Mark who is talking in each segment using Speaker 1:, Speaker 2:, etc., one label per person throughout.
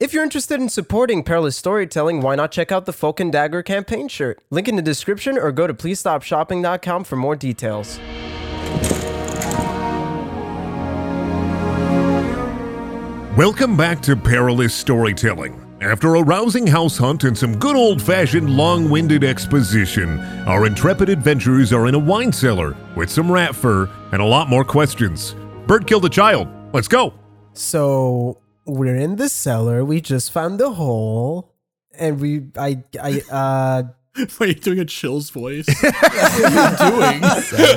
Speaker 1: If you're interested in supporting Perilous Storytelling, why not check out the Folk and Dagger campaign shirt? Link in the description or go to pleasestopshopping.com for more details.
Speaker 2: Welcome back to Perilous Storytelling. After a rousing house hunt and some good old fashioned long winded exposition, our intrepid adventurers are in a wine cellar with some rat fur and a lot more questions. Bird killed a child. Let's go.
Speaker 1: So we're in the cellar. We just found the hole, and we I I uh.
Speaker 3: Why are you doing a chill's voice? what are you doing?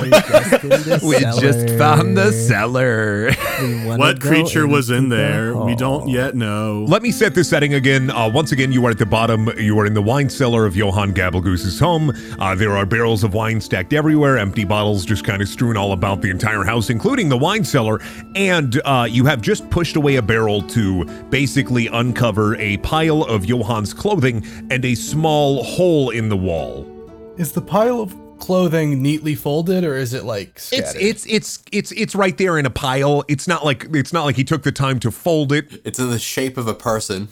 Speaker 1: we just, in the
Speaker 4: We just found the
Speaker 1: cellar.
Speaker 4: cellar.
Speaker 1: We wanna
Speaker 3: What
Speaker 1: go
Speaker 3: creature was
Speaker 1: into
Speaker 3: in
Speaker 1: the
Speaker 3: there? We don't
Speaker 1: hole.
Speaker 3: yet know.
Speaker 2: Let me set this setting again. Uh, once again, you are at the bottom. You are in the wine cellar of Johann Gabblegoose's home. Uh, there are barrels of wine stacked everywhere, empty bottles just kind of strewn all about the entire house, including the wine cellar. And uh, you have just pushed away a barrel to basically uncover a pile of Johann's clothing and a small hole in the wall.
Speaker 5: Is the pile of clothing neatly folded, or is it like
Speaker 2: It's
Speaker 5: scattered?
Speaker 2: it's it's it's it's right there in a pile. It's not like it's not like he took the time to fold it.
Speaker 6: It's in the shape of a person.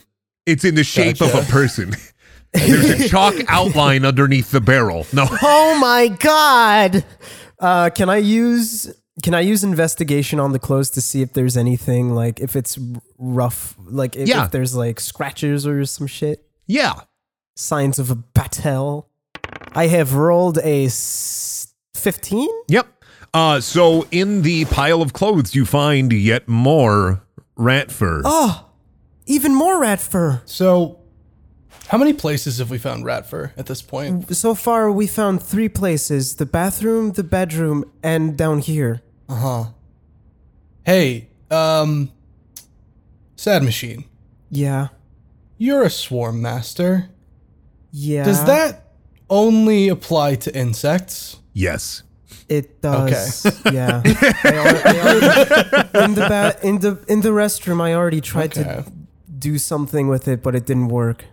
Speaker 2: It's in the shape of a person. There's a chalk outline underneath the barrel. No.
Speaker 1: Oh my god! Uh, can I use can I use investigation on the clothes to see if there's anything like if it's r- rough, like if,
Speaker 2: Yeah.
Speaker 1: if there's like scratches or some shit,
Speaker 2: Yeah.
Speaker 1: signs of a battle? I have rolled a fifteen.
Speaker 2: Yep. Uh, so in the pile of clothes, you find yet more rat fur.
Speaker 1: Oh, even more rat fur.
Speaker 5: so. How many places have we found rat fur at this point?
Speaker 1: So far, we found three places: the bathroom, the bedroom, and down here.
Speaker 5: Uh
Speaker 2: Uh-huh.
Speaker 5: huh. Hey, um, sad machine.
Speaker 1: Yeah,
Speaker 5: You're a swarm master.
Speaker 1: yeah.
Speaker 5: Does that only apply to insects?
Speaker 2: Yes.
Speaker 1: It does. Yeah. I al- I already- in the ba- in the in the restroom, I already tried
Speaker 5: Okay.
Speaker 1: to do something with it, but it didn't work.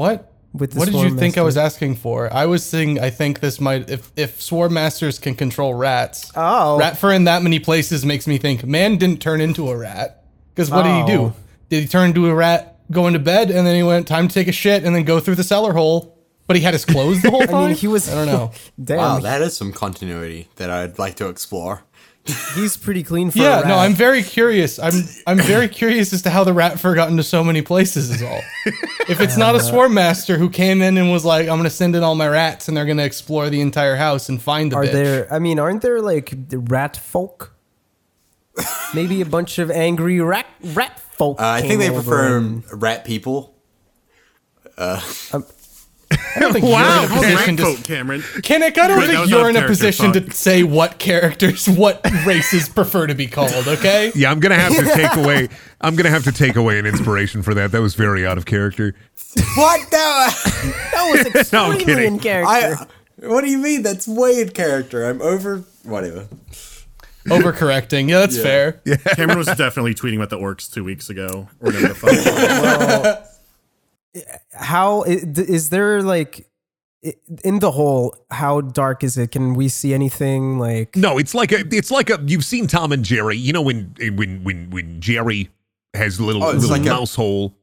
Speaker 5: What?
Speaker 1: With the
Speaker 5: what did you
Speaker 1: swarm
Speaker 5: think I
Speaker 1: master.
Speaker 5: was asking for? I was thinking I think this might if if swarm masters can control rats.
Speaker 1: Oh.
Speaker 5: Rat fur in that many places makes me think man didn't turn into a rat. Because what did he
Speaker 1: Oh.
Speaker 5: do? Did he turn into a rat, go into bed, and then he went time to take a shit and then go through the cellar hole? But he had his clothes the whole time.
Speaker 1: I mean, he was.
Speaker 5: I don't know.
Speaker 1: Damn,
Speaker 6: Wow, Oh, that is some continuity that I'd like to explore.
Speaker 1: he's pretty clean for. a
Speaker 5: yeah, no,
Speaker 1: rat.
Speaker 5: I'm very curious. I'm I'm very curious as to how the rat fur got into so many places is all. If it's not a swarm master who came in and was like, I'm gonna send in all my rats and they're gonna explore the entire house and find the
Speaker 1: Are
Speaker 5: bitch.
Speaker 1: there? I mean, aren't there like the rat folk? Maybe a bunch of angry rat rat folk.
Speaker 6: Uh,
Speaker 1: came
Speaker 6: I think they
Speaker 1: over
Speaker 6: prefer
Speaker 1: and-
Speaker 6: rat people.
Speaker 5: I don't think
Speaker 2: Wow,
Speaker 5: you're in a
Speaker 3: How's rat
Speaker 5: position to
Speaker 3: folk, Cameron?
Speaker 5: Kinnick, I don't
Speaker 3: Right, that
Speaker 5: think
Speaker 3: was
Speaker 5: you're
Speaker 3: out
Speaker 5: in
Speaker 3: of
Speaker 5: a
Speaker 3: character,
Speaker 5: position to
Speaker 3: fuck.
Speaker 5: say what characters, what races prefer to be called, okay?
Speaker 2: Yeah, I'm gonna have to take away. I'm gonna have to take away an inspiration for that. That was very out of character.
Speaker 6: What? No,
Speaker 1: That was extremely
Speaker 2: kidding.
Speaker 1: in character.
Speaker 6: I. What do you mean? That's way in character. I'm over. Whatever.
Speaker 5: Overcorrecting. Yeah, that's fair.
Speaker 3: Cameron was definitely tweeting about the orcs two weeks ago. Or whatever the fuck.
Speaker 1: how i- d- is there like i- in the hole? How dark is it? Can we see anything? Like
Speaker 2: No, it's like a. It's like a. You've seen Tom and Jerry. You know when when when when Jerry has little
Speaker 6: Oh, it's
Speaker 2: little
Speaker 6: like a-
Speaker 2: mouse hole.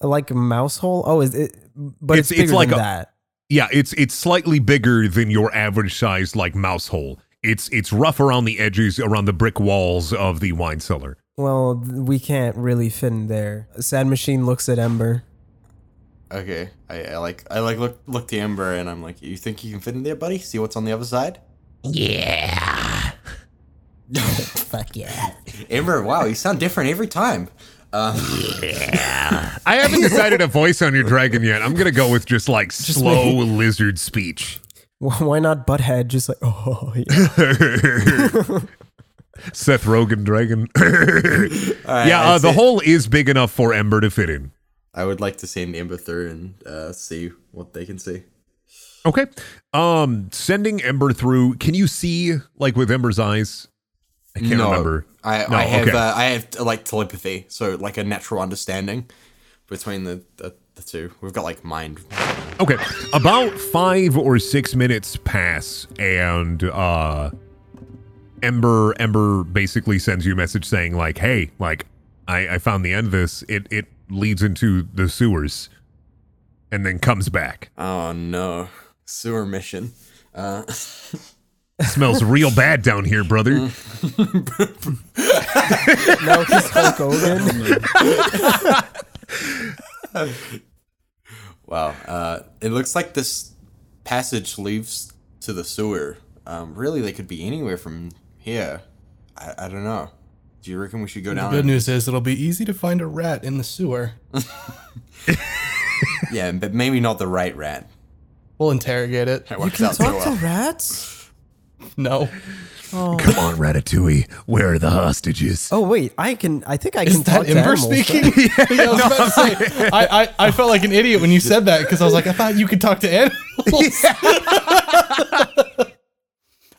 Speaker 1: like a mouse hole? Oh, is it? But it's,
Speaker 2: It's- it's
Speaker 1: bigger
Speaker 2: like
Speaker 1: than
Speaker 2: a-
Speaker 1: that.
Speaker 2: Yeah, it's it's slightly bigger than your average size like mouse hole. It's it's rough around the edges, around the brick walls of the wine cellar.
Speaker 1: Well, th- we can't really fit in there. Sad machine looks at Ember.
Speaker 6: Okay, I, I like I like look look to Ember and I'm like, you think you can fit in there, buddy? See what's on the other side.
Speaker 1: Fuck yeah!
Speaker 6: Ember, wow, you sound different every time.
Speaker 2: I haven't decided a voice on your dragon yet. I'm gonna go with just like slow lizard speech.
Speaker 1: Why not butthead? Just like oh yeah.
Speaker 2: Seth Rogen dragon.
Speaker 6: All
Speaker 2: yeah,
Speaker 6: right,
Speaker 2: uh,
Speaker 6: I'd
Speaker 2: the
Speaker 6: say-
Speaker 2: hole is big enough for Ember to fit in.
Speaker 6: I would like to send Ember through and uh, see what they can see.
Speaker 2: Okay. Um, sending Ember through. Can you see like with Ember's eyes? I can't remember.
Speaker 6: I,
Speaker 2: No,
Speaker 6: I have
Speaker 2: okay.
Speaker 6: uh, I have uh, like telepathy, so like a natural understanding between the, the the two. We've got like mind.
Speaker 2: Okay, about five or six minutes pass, and uh, Ember Ember basically sends you a message saying like, "Hey, like, I, I found the end of this. It it leads into the sewers and then comes back.
Speaker 6: Oh no, sewer mission. Uh,
Speaker 2: Smells real bad down here, brother.
Speaker 1: Now it's just Hulk Hogan.
Speaker 6: wow. Uh, it looks like this passage leads to the sewer. Um, really, they could be anywhere from here. I, I don't know. Do you reckon we should go down?
Speaker 5: Good
Speaker 6: and-
Speaker 5: news is it'll be easy to find a rat in the sewer.
Speaker 6: Yeah, but maybe not the right rat.
Speaker 5: We'll interrogate it.
Speaker 6: That
Speaker 1: You
Speaker 6: works
Speaker 1: can
Speaker 6: out so
Speaker 1: talk to
Speaker 6: well.
Speaker 1: rats?
Speaker 5: No.
Speaker 2: Come on, Ratatouille. Where are the hostages?
Speaker 1: Oh wait, I can. I think I
Speaker 5: Is
Speaker 1: can talk
Speaker 5: that
Speaker 1: to
Speaker 5: Ember
Speaker 1: animals.
Speaker 5: speaking? Yeah, I, was about to say, I, I, I felt like an idiot when you said that because I was like, I thought you could talk to animals.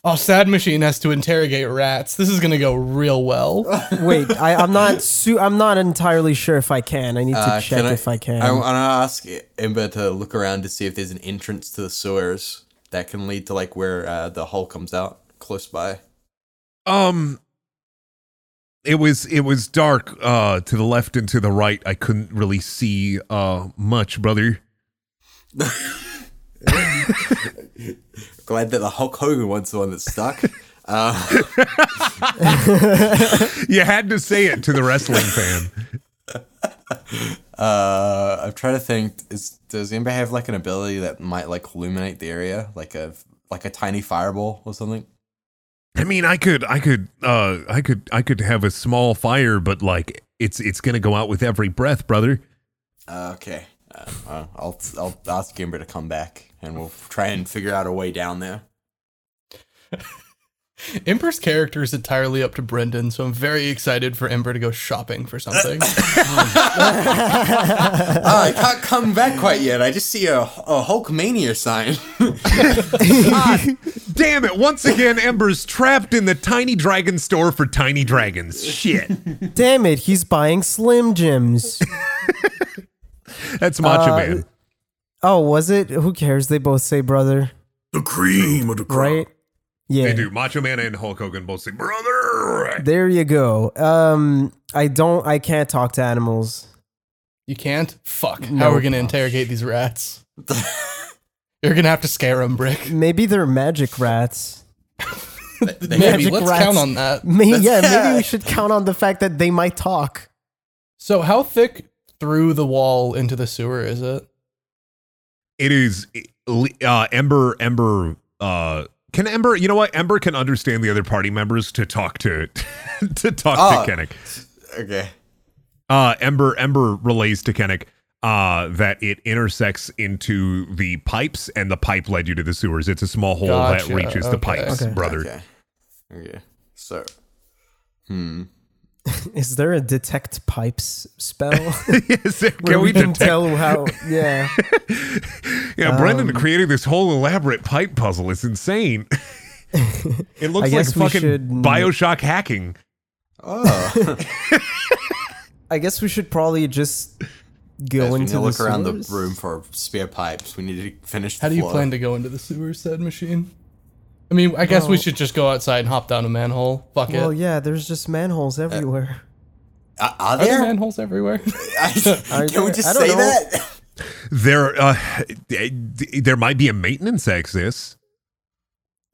Speaker 5: oh, Sad Machine has to interrogate rats. This is going to go real well.
Speaker 1: Wait, I, I'm not. Su- I'm not entirely sure if I can. I need to
Speaker 6: Uh,
Speaker 1: check if I can.
Speaker 6: I want to ask Ember to look around to see if there's an entrance to the sewers that can lead to like where uh, the hole comes out close by.
Speaker 2: Um it was it was dark uh to the left and to the right. I couldn't really see uh much, brother.
Speaker 6: Glad that the Hulk Hogan one's the one that's stuck. uh,
Speaker 2: You had to say it to the wrestling fan.
Speaker 6: uh, I'm trying to think. Is, does Ember have like an ability that might like illuminate the area, like a like a tiny fireball or something?
Speaker 2: I mean, I could, I could, uh, I could, I could have a small fire, but like it's it's gonna go out with every breath, brother.
Speaker 6: Uh, okay, uh, uh, I'll I'll ask Ember to come back, and we'll try and figure out a way down there.
Speaker 5: Ember's character is entirely up to Brendan, so I'm very excited for Ember to go shopping for something.
Speaker 6: Oh, I can't come back quite yet. I just see a, a Hulkmania sign.
Speaker 2: Damn it! Once again, Ember's trapped in the tiny dragon store for tiny dragons. Shit,
Speaker 1: Damn it, he's buying Slim Jims.
Speaker 2: that's Macho Man.
Speaker 1: oh, was it? Who cares? They both say brother,
Speaker 3: The cream of the crop.
Speaker 1: right? Yeah.
Speaker 2: They do. Macho Man and Hulk Hogan both say brother.
Speaker 1: There you go. Um, I don't. I can't talk to animals.
Speaker 5: you can't? Fuck. How are we going to interrogate these rats? You're going to have to scare them, Brick.
Speaker 1: Maybe they're magic rats.
Speaker 6: They
Speaker 5: Maybe.
Speaker 1: Magic
Speaker 5: Let's
Speaker 1: rats.
Speaker 5: count on that.
Speaker 1: Maybe, yeah,
Speaker 6: Yeah.
Speaker 1: maybe we should count on the fact that they might talk.
Speaker 5: So, how thick through the wall into the sewer is it?
Speaker 2: It is uh, Ember. Ember. Uh, can Ember? You know what? Ember can understand the other party members to talk to to talk
Speaker 6: Ah.
Speaker 2: to Kennick.
Speaker 6: okay.
Speaker 2: uh ember ember relays to kennick uh that it intersects into the pipes and the pipe led you to the sewers it's a small hole that
Speaker 5: Gotcha,
Speaker 2: reaches the
Speaker 5: okay.
Speaker 2: pipes
Speaker 1: Okay.
Speaker 2: brother
Speaker 6: Okay. Okay. So,
Speaker 1: Is there a detect pipes spell?
Speaker 2: Yes,
Speaker 1: Where
Speaker 2: can we
Speaker 1: can
Speaker 2: detect
Speaker 1: tell how? Yeah.
Speaker 2: yeah brendan created this whole elaborate pipe puzzle it's insane it looks like
Speaker 1: guess we
Speaker 2: fucking
Speaker 1: should-
Speaker 2: bioshock hacking
Speaker 6: oh,
Speaker 1: I guess we should probably just go
Speaker 6: we need
Speaker 1: into
Speaker 6: to
Speaker 1: the
Speaker 6: look around
Speaker 1: sewers.
Speaker 6: the room for spare pipes. We need to finish. The
Speaker 5: How do you
Speaker 6: floor.
Speaker 5: plan to go into the sewer, said machine? I mean, I guess we should just go outside and hop down a manhole. Fuck
Speaker 1: Well,
Speaker 5: it.
Speaker 1: yeah, there's just manholes everywhere.
Speaker 6: Uh, Are, are
Speaker 5: Are there
Speaker 6: there?
Speaker 5: manholes everywhere?
Speaker 1: Are
Speaker 6: Can we
Speaker 1: there?
Speaker 6: just
Speaker 1: I don't
Speaker 6: say
Speaker 1: know.
Speaker 6: that?
Speaker 2: there uh there might be a maintenance access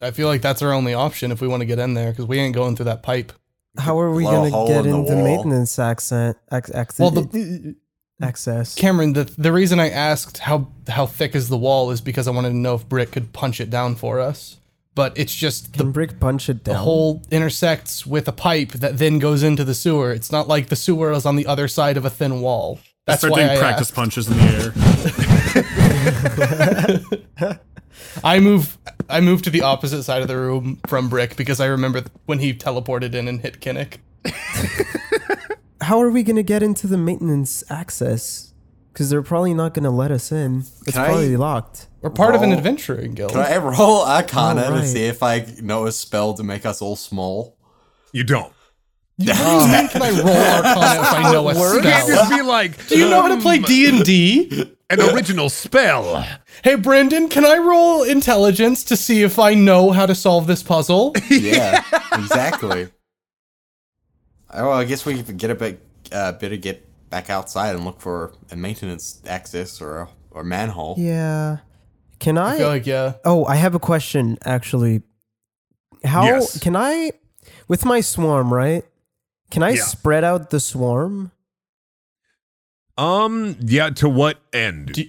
Speaker 5: I feel like that's our only option if we want to get in there because we ain't going through that pipe.
Speaker 1: How are we
Speaker 6: blow
Speaker 1: gonna
Speaker 6: a hole
Speaker 1: get
Speaker 6: in the
Speaker 1: into
Speaker 6: wall.
Speaker 1: maintenance accent ac- ac-
Speaker 5: Well, the,
Speaker 1: access?
Speaker 5: Cameron, the the reason I asked how how thick is the wall is because I wanted to know if Brick could punch it down for us. But it's just the
Speaker 1: Can brick punch it down?
Speaker 5: hole intersects with a pipe that then goes into the sewer. It's not like the sewer is on the other side of a thin wall. That's
Speaker 3: Start
Speaker 5: why
Speaker 3: doing
Speaker 5: I
Speaker 3: practice
Speaker 5: asked.
Speaker 3: punches in the air.
Speaker 5: I move I move to the opposite side of the room from Brick because I remember th- when he teleported in and hit Kinnick.
Speaker 1: How are we gonna get into the maintenance access? Because they're probably not gonna let us in. It's
Speaker 6: Can I-
Speaker 1: probably locked.
Speaker 5: We're part of an
Speaker 6: Roll.
Speaker 5: adventuring guild.
Speaker 6: Can I roll Arcana
Speaker 1: All right.
Speaker 6: to see if I know a spell to make us all small?
Speaker 2: you don't
Speaker 5: What do you mean can I roll Arcana if I know a
Speaker 2: you can't
Speaker 5: spell?
Speaker 2: just be like um,
Speaker 5: Do you know how to play D and D?
Speaker 2: an original spell
Speaker 5: Hey Brendan, can I roll intelligence to see if I know how to solve this puzzle?
Speaker 6: Yeah, exactly. Oh, I guess we could get a bit uh, better get back outside and look for a maintenance access or a, or manhole.
Speaker 1: Yeah. Can I?
Speaker 5: I feel like yeah.
Speaker 1: oh, I have a question actually. How
Speaker 2: Yes.
Speaker 1: can I, with my swarm, right? Can I
Speaker 2: Yeah.
Speaker 1: spread out the swarm?
Speaker 2: Um, yeah, to what end?
Speaker 5: Do-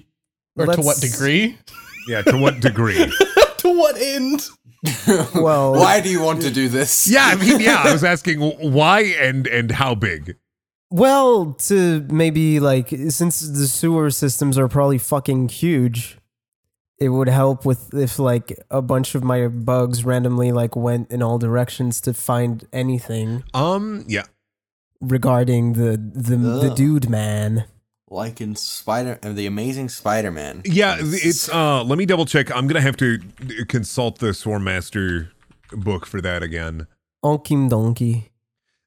Speaker 5: Or to what
Speaker 1: Let's-
Speaker 5: degree?
Speaker 2: yeah, to what degree?
Speaker 5: to what end?
Speaker 1: Well,
Speaker 6: Why do you want to do this?
Speaker 2: yeah, I mean, yeah, I was asking why and and how big.
Speaker 1: well, to maybe like since the sewer systems are probably fucking huge, it would help with if like a bunch of my bugs randomly like went in all directions to find anything
Speaker 2: Um, yeah.
Speaker 1: regarding the the, the
Speaker 6: Ugh.
Speaker 1: dude man.
Speaker 6: Like in Spider, uh, the Amazing Spider-Man.
Speaker 2: Yeah, th- it's uh let me double check. I'm going to have to uh, consult the Swarm Master book for that again.
Speaker 1: Onkim donkey.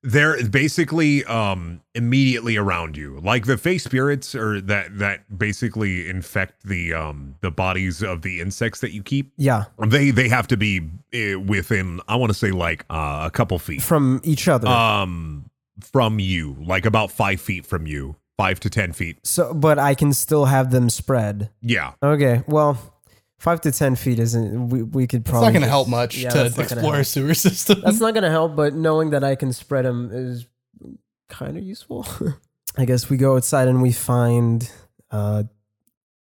Speaker 2: They're basically um immediately around you. Like the face spirits or that that basically infect the um the bodies of the insects that you keep.
Speaker 1: Yeah,
Speaker 2: They they have to be uh, within I want to say like uh, a couple feet.
Speaker 1: from each other.
Speaker 5: Uh.
Speaker 2: um from you like about five feet from you five to ten feet
Speaker 1: so, but I can still have them spread.
Speaker 2: yeah
Speaker 1: Okay, well, five to ten feet isn't. We we could
Speaker 5: It's
Speaker 1: probably.
Speaker 5: not going to
Speaker 1: just-
Speaker 5: help much
Speaker 1: yeah,
Speaker 5: to
Speaker 1: that's not gonna
Speaker 5: explore a
Speaker 1: help.
Speaker 5: sewer system.
Speaker 1: That's not gonna help, but knowing that I can spread them is kind of useful. I guess we go outside and we find uh,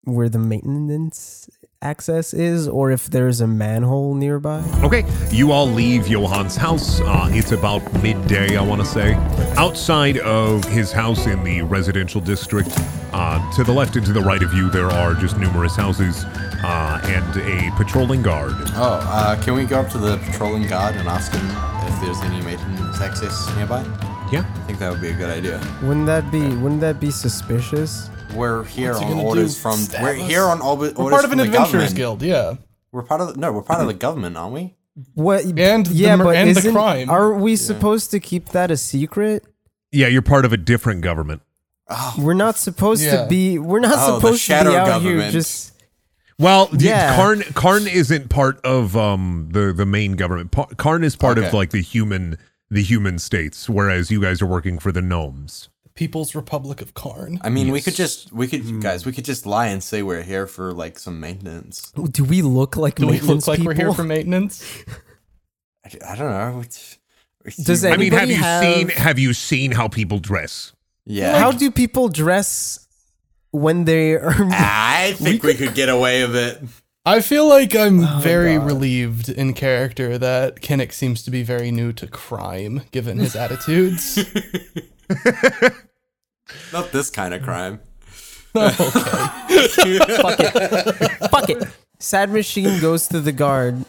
Speaker 1: where the maintenance access is, or if there's a manhole nearby.
Speaker 2: okay you all leave johann's house uh, it's about midday i want to say outside of his house in the residential district uh, to the left and to the right of you there are just numerous houses uh, and a patrolling guard
Speaker 6: Oh, uh, can we go up to the patrolling guard and ask him if there's any maintenance access nearby?
Speaker 2: yeah
Speaker 6: I think that would be a good idea.
Speaker 1: Wouldn't that be? Wouldn't that be suspicious?
Speaker 6: We're here
Speaker 5: What's he
Speaker 6: on
Speaker 5: gonna
Speaker 6: orders
Speaker 5: do,
Speaker 6: from.
Speaker 5: stab
Speaker 6: We're
Speaker 5: us?
Speaker 6: here on orbi- orders
Speaker 5: We're part of
Speaker 6: from
Speaker 5: an
Speaker 6: the
Speaker 5: adventurers guild,
Speaker 6: government.
Speaker 5: Mm-hmm. yeah.
Speaker 6: We're part of the, no, we're part of the government, aren't we?
Speaker 1: What?
Speaker 5: And the
Speaker 1: yeah,
Speaker 5: mur-
Speaker 1: but
Speaker 5: and the
Speaker 1: isn't-
Speaker 5: crime.
Speaker 1: Are we supposed to keep that a secret?
Speaker 2: yeah you're part of a different government
Speaker 1: We're not supposed
Speaker 5: Yeah.
Speaker 1: to be. We're not
Speaker 6: Oh, the
Speaker 1: supposed to
Speaker 6: shadow
Speaker 1: be out here
Speaker 6: government.
Speaker 1: just.
Speaker 2: well d-
Speaker 1: Yeah.
Speaker 2: karn karn isn't part of um the the main government Pa- karn is part of
Speaker 6: Okay.
Speaker 2: like the human the human states whereas you guys are working for the gnomes
Speaker 5: People's Republic of Karn.
Speaker 6: I mean, we could just, we
Speaker 5: Mm-hmm.
Speaker 6: could, guys, we could just lie and say we're here for like some maintenance.
Speaker 1: Do we look like
Speaker 5: Do we look
Speaker 1: maintenance
Speaker 5: like we're here
Speaker 1: people?
Speaker 5: for maintenance?
Speaker 6: I, I don't know. It's, it's-
Speaker 1: Does
Speaker 2: I mean, have
Speaker 1: Anybody
Speaker 2: you
Speaker 1: have-
Speaker 2: seen have you seen how people dress?
Speaker 6: yeah.
Speaker 1: How do people dress when they are?
Speaker 6: I think we could get away with it.
Speaker 5: I feel like I'm
Speaker 1: Oh,
Speaker 5: very relieved in character that Kinnick seems to be very new to crime, given his attitudes.
Speaker 6: Not this kind of crime.
Speaker 1: Fuck it. Sad machine goes to the guard.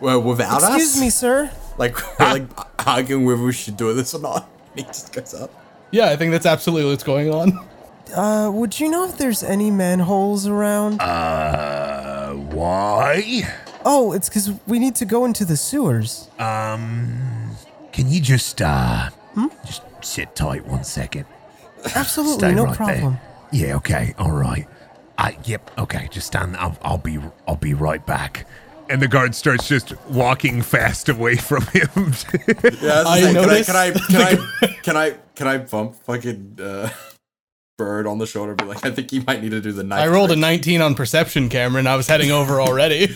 Speaker 6: Well, without us?
Speaker 1: Excuse me, sir.
Speaker 6: Like, we're like arguing whether we should do this or not. He just goes up.
Speaker 5: yeah, I think that's absolutely what's going on.
Speaker 1: Uh, would you know if there's any manholes around?
Speaker 2: Uh, why?
Speaker 1: oh, it's because we need to go into the sewers.
Speaker 4: Um, Can you just uh just sit tight one second?
Speaker 1: Hmm? Absolutely, no
Speaker 6: eh?
Speaker 1: problem.
Speaker 4: there. Yeah, okay, all right. I yep, okay, just stand I'll, I'll be I'll be right back.
Speaker 2: And the guard starts just walking fast away from him.
Speaker 6: Yeah,
Speaker 5: I
Speaker 6: I was
Speaker 5: noticed
Speaker 6: can, I, can, I, can, I, can I can I bump fucking uh, bird on the shoulder? And be like, I think you might need to do the knife.
Speaker 5: I rolled a
Speaker 6: trick."
Speaker 5: 19 on perception, Cameron. I was heading over already.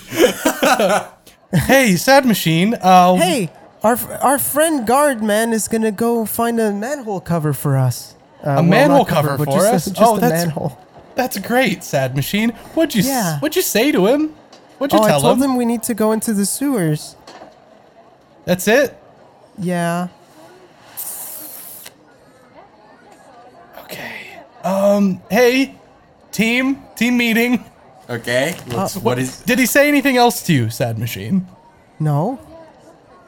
Speaker 5: hey, sad machine. Uh,
Speaker 1: Hey, our our friend guard man is gonna go find a manhole cover for us. Uh, well, not
Speaker 5: manhole cover
Speaker 1: but
Speaker 5: for
Speaker 1: just a-
Speaker 5: us?
Speaker 1: just
Speaker 5: Oh,
Speaker 1: a
Speaker 5: that's-
Speaker 1: manhole.
Speaker 5: That's great, sad machine. What'd you s-
Speaker 1: Yeah.
Speaker 5: What'd you say to him? What'd you
Speaker 1: Oh,
Speaker 5: tell
Speaker 1: I told
Speaker 5: him?
Speaker 1: him we need to go into the sewers.
Speaker 5: That's it.
Speaker 1: Yeah.
Speaker 5: Okay. Um. Hey, team. Team meeting.
Speaker 6: Okay,
Speaker 1: Uh,
Speaker 6: let's, what is?
Speaker 5: Did he say anything else to you, sad machine?
Speaker 1: No.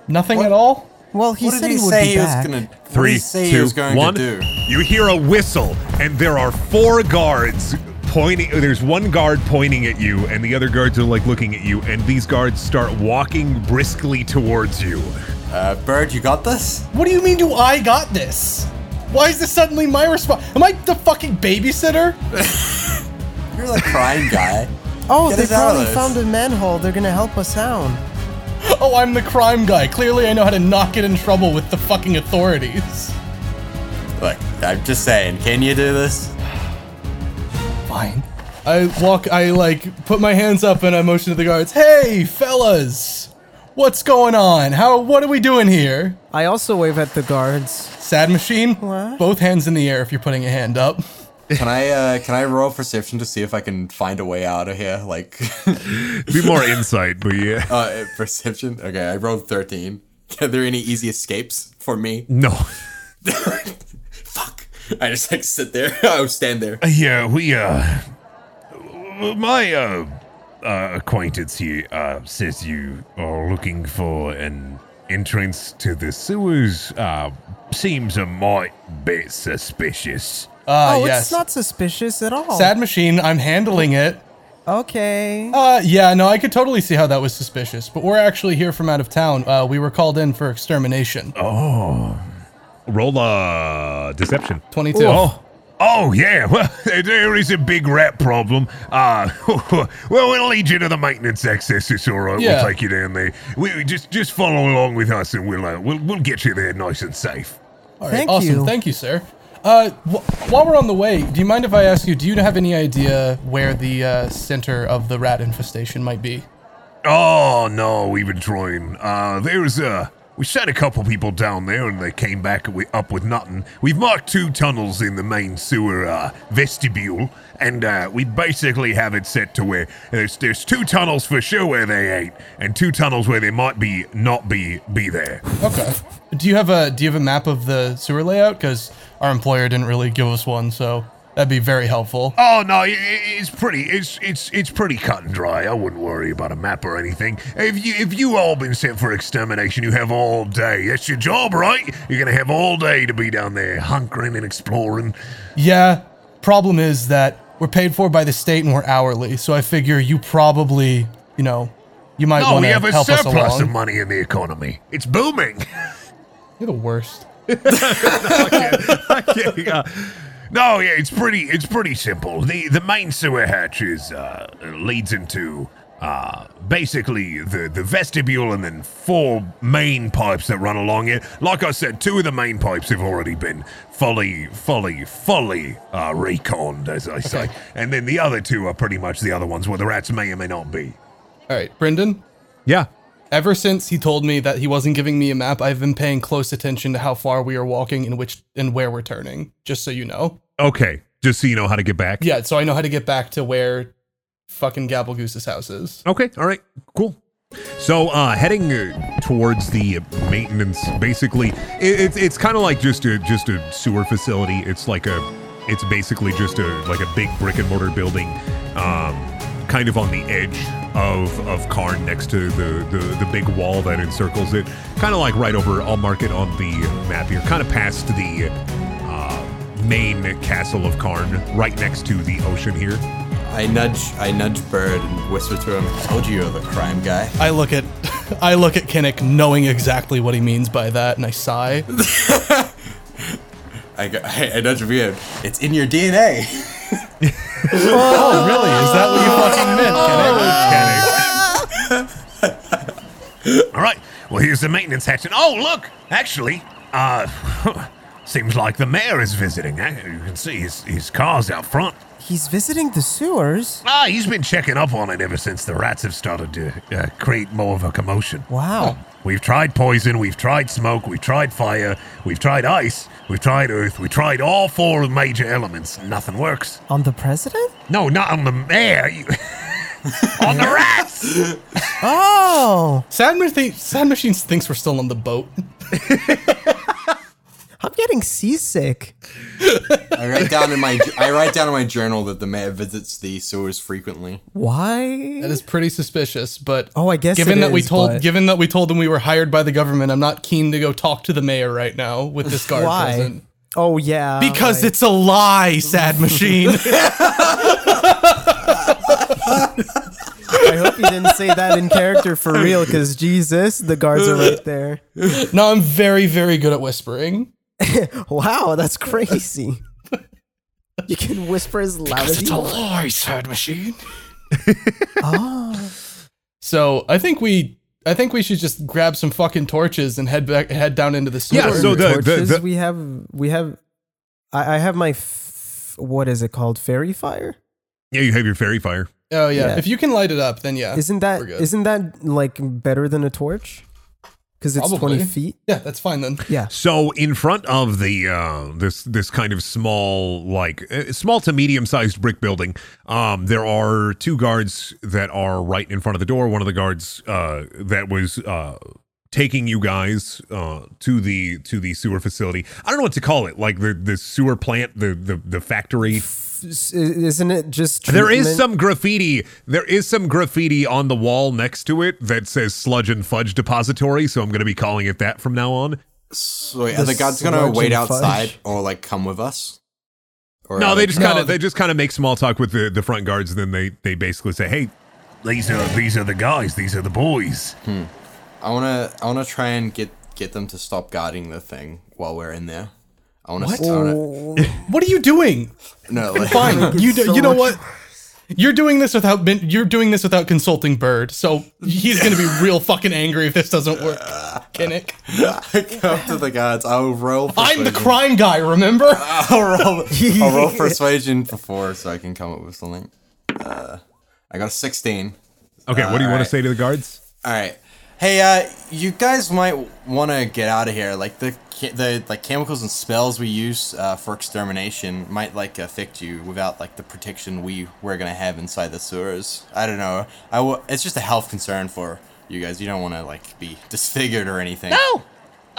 Speaker 5: Nothing at all.
Speaker 1: Well, he
Speaker 6: What
Speaker 1: said
Speaker 6: did he,
Speaker 1: would
Speaker 6: say
Speaker 1: be
Speaker 6: he was
Speaker 1: back.
Speaker 6: gonna? what did
Speaker 2: Three,
Speaker 6: he say he
Speaker 2: two,
Speaker 6: was going
Speaker 2: one.
Speaker 6: to do?
Speaker 2: You hear a whistle, and there are four guards pointing. There's one guard pointing at you, and the other guards are like looking at you. And these guards start walking briskly towards you.
Speaker 6: Uh, bird, you got this?
Speaker 5: What do you mean? Do I got this? Why is this suddenly my response? Am I the fucking babysitter?
Speaker 6: You're the crime guy.
Speaker 1: Oh,
Speaker 6: Get
Speaker 1: they
Speaker 6: us out of
Speaker 1: probably
Speaker 6: this.
Speaker 1: found a manhole. They're gonna help us out.
Speaker 5: Oh, I'm the crime guy. Clearly, I know how to not get in trouble with the fucking authorities.
Speaker 6: Look, I'm just saying, can you do this?
Speaker 5: Fine. I walk. I like put my hands up and I motion to the guards. Hey, fellas, what's going on? How? What are we doing here?
Speaker 1: I also wave at the guards.
Speaker 5: Sad machine. Both hands in the air if you're putting a hand up.
Speaker 6: Can I uh can I roll perception to see if I can find a way out of here? Like
Speaker 3: Be more insight, but yeah.
Speaker 6: uh perception? Okay, I rolled 13. Are there any easy escapes for me?
Speaker 3: No.
Speaker 6: Fuck. I just like sit there. I would stand there.
Speaker 2: Yeah, we, uh, my, uh, uh, acquaintance here, uh, says you are looking for an entrance to the sewers. Uh, seems a mite bit suspicious.
Speaker 5: Ah,
Speaker 1: oh,
Speaker 5: yes.
Speaker 1: it's not suspicious at all.
Speaker 5: Sad machine. I'm handling it.
Speaker 1: Okay.
Speaker 5: Uh, yeah, no, I could totally see how that was suspicious, but we're actually here from out of town. Uh, we were called in for extermination.
Speaker 3: Roll uh deception.
Speaker 5: 22.
Speaker 2: Oh. Oh yeah, well there is a big rat problem. Uh, well we'll lead you to the maintenance access. It's all right.
Speaker 5: Yeah.
Speaker 2: We'll take you down there. We we just just follow along with us, and we'll uh, we'll we'll get you there nice and safe.
Speaker 5: All right,
Speaker 1: thank
Speaker 5: awesome.
Speaker 1: you.
Speaker 5: Thank you, sir. Uh, wh- while we're on the way, do you mind if I ask you, do you have any idea where the uh, center of the rat infestation might be?
Speaker 2: Oh no, we've been trying. Uh, there's a we sent a couple people down there, and they came back wi- up with nothing. We've marked two tunnels in the main sewer uh, vestibule, and uh, we basically have it set to where there's there's two tunnels for sure where they ain't, and two tunnels where they might be not be be there.
Speaker 5: Okay. Do you have a do you have a map of the sewer layout? Because our employer didn't really give us one, so that'd be very helpful.
Speaker 2: Oh no, i- i- it's pretty. It's it's it's pretty cut and dry. I wouldn't worry about a map or anything. If you if you all been sent for extermination, you have all day. That's your job, right? You're gonna have all day to be down there hunkering and exploring.
Speaker 5: Yeah. Problem is that we're paid for by the state and we're hourly, so I figure you probably, you know, you might
Speaker 2: No,
Speaker 5: want
Speaker 2: we
Speaker 5: to
Speaker 2: have a
Speaker 5: help us
Speaker 2: surplus
Speaker 5: along.
Speaker 2: of money in the economy. It's booming.
Speaker 5: You're the worst.
Speaker 2: Yeah. No, yeah, it's pretty. It's pretty simple. the The main sewer hatch is uh, leads into uh, basically the the vestibule, and then four main pipes that run along it. Like I said, two of the main pipes have already been fully, fully, fully uh, reconned, as I say,
Speaker 5: Okay.
Speaker 2: and then the other two are pretty much the other ones where the rats may or may not be.
Speaker 5: All right, Brendan.
Speaker 3: Yeah.
Speaker 5: Ever since he told me that he wasn't giving me a map, I've been paying close attention to how far we are walking and which and where we're turning, just so you know.
Speaker 3: Okay. Just so you know how to get back.
Speaker 5: Yeah, so I know how to get back to where fucking Gabblegoose's house is.
Speaker 3: Okay. All right. Cool. So uh, heading uh, towards the maintenance, basically, it, it's it's kind of like just a just a sewer facility. It's like a, it's basically just a like a big brick and mortar building, um, kind of on the edge of of Karn, next to the the, the big wall that encircles it. Kind of like right over. I'll mark it on the map here. Kind of past the uh, main castle of Karn, right next to the ocean here.
Speaker 6: I nudge I nudge Bird and whisper to him, told you you're the crime guy.
Speaker 5: I look at I look at Kinnick knowing exactly what he means by that and I sigh.
Speaker 6: I, go, I, I nudge Bird. It's in your DNA.
Speaker 5: Oh really? Is that what you fucking meant, Kinnick?
Speaker 2: All right. Well, here's the maintenance hatch. And oh, look, actually, uh, seems like the mayor is visiting. Eh? You can see his, his car's out front.
Speaker 1: He's visiting the sewers.
Speaker 2: Ah, he's been checking up on it ever since the rats have started to uh, create more of a commotion.
Speaker 1: Wow.
Speaker 5: Oh.
Speaker 2: We've tried poison, we've tried smoke, we've tried fire, we've tried ice, we've tried earth, we tried all four major elements. Nothing works.
Speaker 1: On the president?
Speaker 2: No, not on the mayor. You- on the rats.
Speaker 1: Oh,
Speaker 5: Sad, Machine- Sad Machine thinks we're still on the boat.
Speaker 1: I'm getting seasick.
Speaker 6: I write down in my I write down in my journal that the mayor visits the sewers frequently.
Speaker 1: Why?
Speaker 5: That is pretty suspicious, but
Speaker 1: Oh, I guess
Speaker 5: given
Speaker 1: it
Speaker 5: that we
Speaker 1: is,
Speaker 5: told
Speaker 1: but-
Speaker 5: given that we told them we were hired by the government, I'm not keen to go talk to the mayor right now with this guard
Speaker 1: Why?
Speaker 5: present.
Speaker 1: Oh yeah.
Speaker 5: Because
Speaker 1: like-
Speaker 5: it's a lie, sad machine.
Speaker 1: I hope you didn't say that in character for real, because Jesus, the guards are right there.
Speaker 5: no, I'm very, very good at whispering.
Speaker 1: Wow, that's crazy. You can whisper as loud as you want.
Speaker 5: lie, sad machine.
Speaker 1: Oh,
Speaker 5: So I think we I think we should just grab some fucking torches and head back head down into the sewer.
Speaker 3: Yeah, so the-
Speaker 1: torches
Speaker 3: the-
Speaker 1: we have we have I, I have my f- what is it called? Fairy fire?
Speaker 2: Yeah, you have your fairy fire.
Speaker 5: Oh yeah.
Speaker 1: Yeah.
Speaker 5: If you can light it up, then yeah.
Speaker 1: Isn't that
Speaker 5: we're good.
Speaker 1: isn't that like better than a torch? Because it's
Speaker 5: Probably.
Speaker 1: twenty feet.
Speaker 5: yeah, that's fine then.
Speaker 1: Yeah.
Speaker 2: So in front of the uh, this this kind of small like uh, small to medium sized brick building, um, there are two guards that are right in front of the door. One of the guards uh, that was uh, taking you guys uh, to the to the sewer facility. I don't know what to call it, like the the sewer plant, the the, the factory.
Speaker 1: S- Isn't it just
Speaker 2: There is
Speaker 1: treatment?
Speaker 2: some graffiti. There is some graffiti on the wall next to it that says "Sludge and Fudge Depository," so I'm going to be calling it that from now on.
Speaker 6: So wait, are
Speaker 1: The
Speaker 6: the guards gonna
Speaker 1: sludge
Speaker 6: wait
Speaker 1: and fudge.
Speaker 6: outside or like come with us? Or
Speaker 2: No,
Speaker 6: are
Speaker 2: they just
Speaker 5: No,
Speaker 2: kind of
Speaker 5: they-
Speaker 2: they just kind of make small talk with the, the front guards, and then they they basically say, "Hey,
Speaker 4: These are these are the guys. These are the boys.
Speaker 6: I wanna I wanna try and get get them to stop guarding the thing while we're in there. I wanna, I wanna
Speaker 5: What are you doing?
Speaker 6: no like,
Speaker 5: Fine. you do,
Speaker 1: so
Speaker 5: you know
Speaker 1: much-
Speaker 5: what? You're doing this without ben, you're doing this without consulting Bird, so he's gonna be real fucking angry if this doesn't work. Kinnick.
Speaker 6: I go up to the guards. I'll roll.
Speaker 5: I'm the
Speaker 6: persuasion.
Speaker 5: crime guy, remember?
Speaker 6: I'll roll. I'll roll persuasion for four, so I can come up with something. Uh, I got a sixteen.
Speaker 2: okay, what do you want
Speaker 6: right.
Speaker 2: to say to the guards?"
Speaker 6: All right. Hey, uh, you guys might want to get out of here. Like the che- the like chemicals and spells we use uh, for extermination might like affect you without like the protection we we're gonna have inside the sewers. I don't know. I w- it's just a health concern for you guys. You don't want to like be disfigured or anything.
Speaker 4: Oh,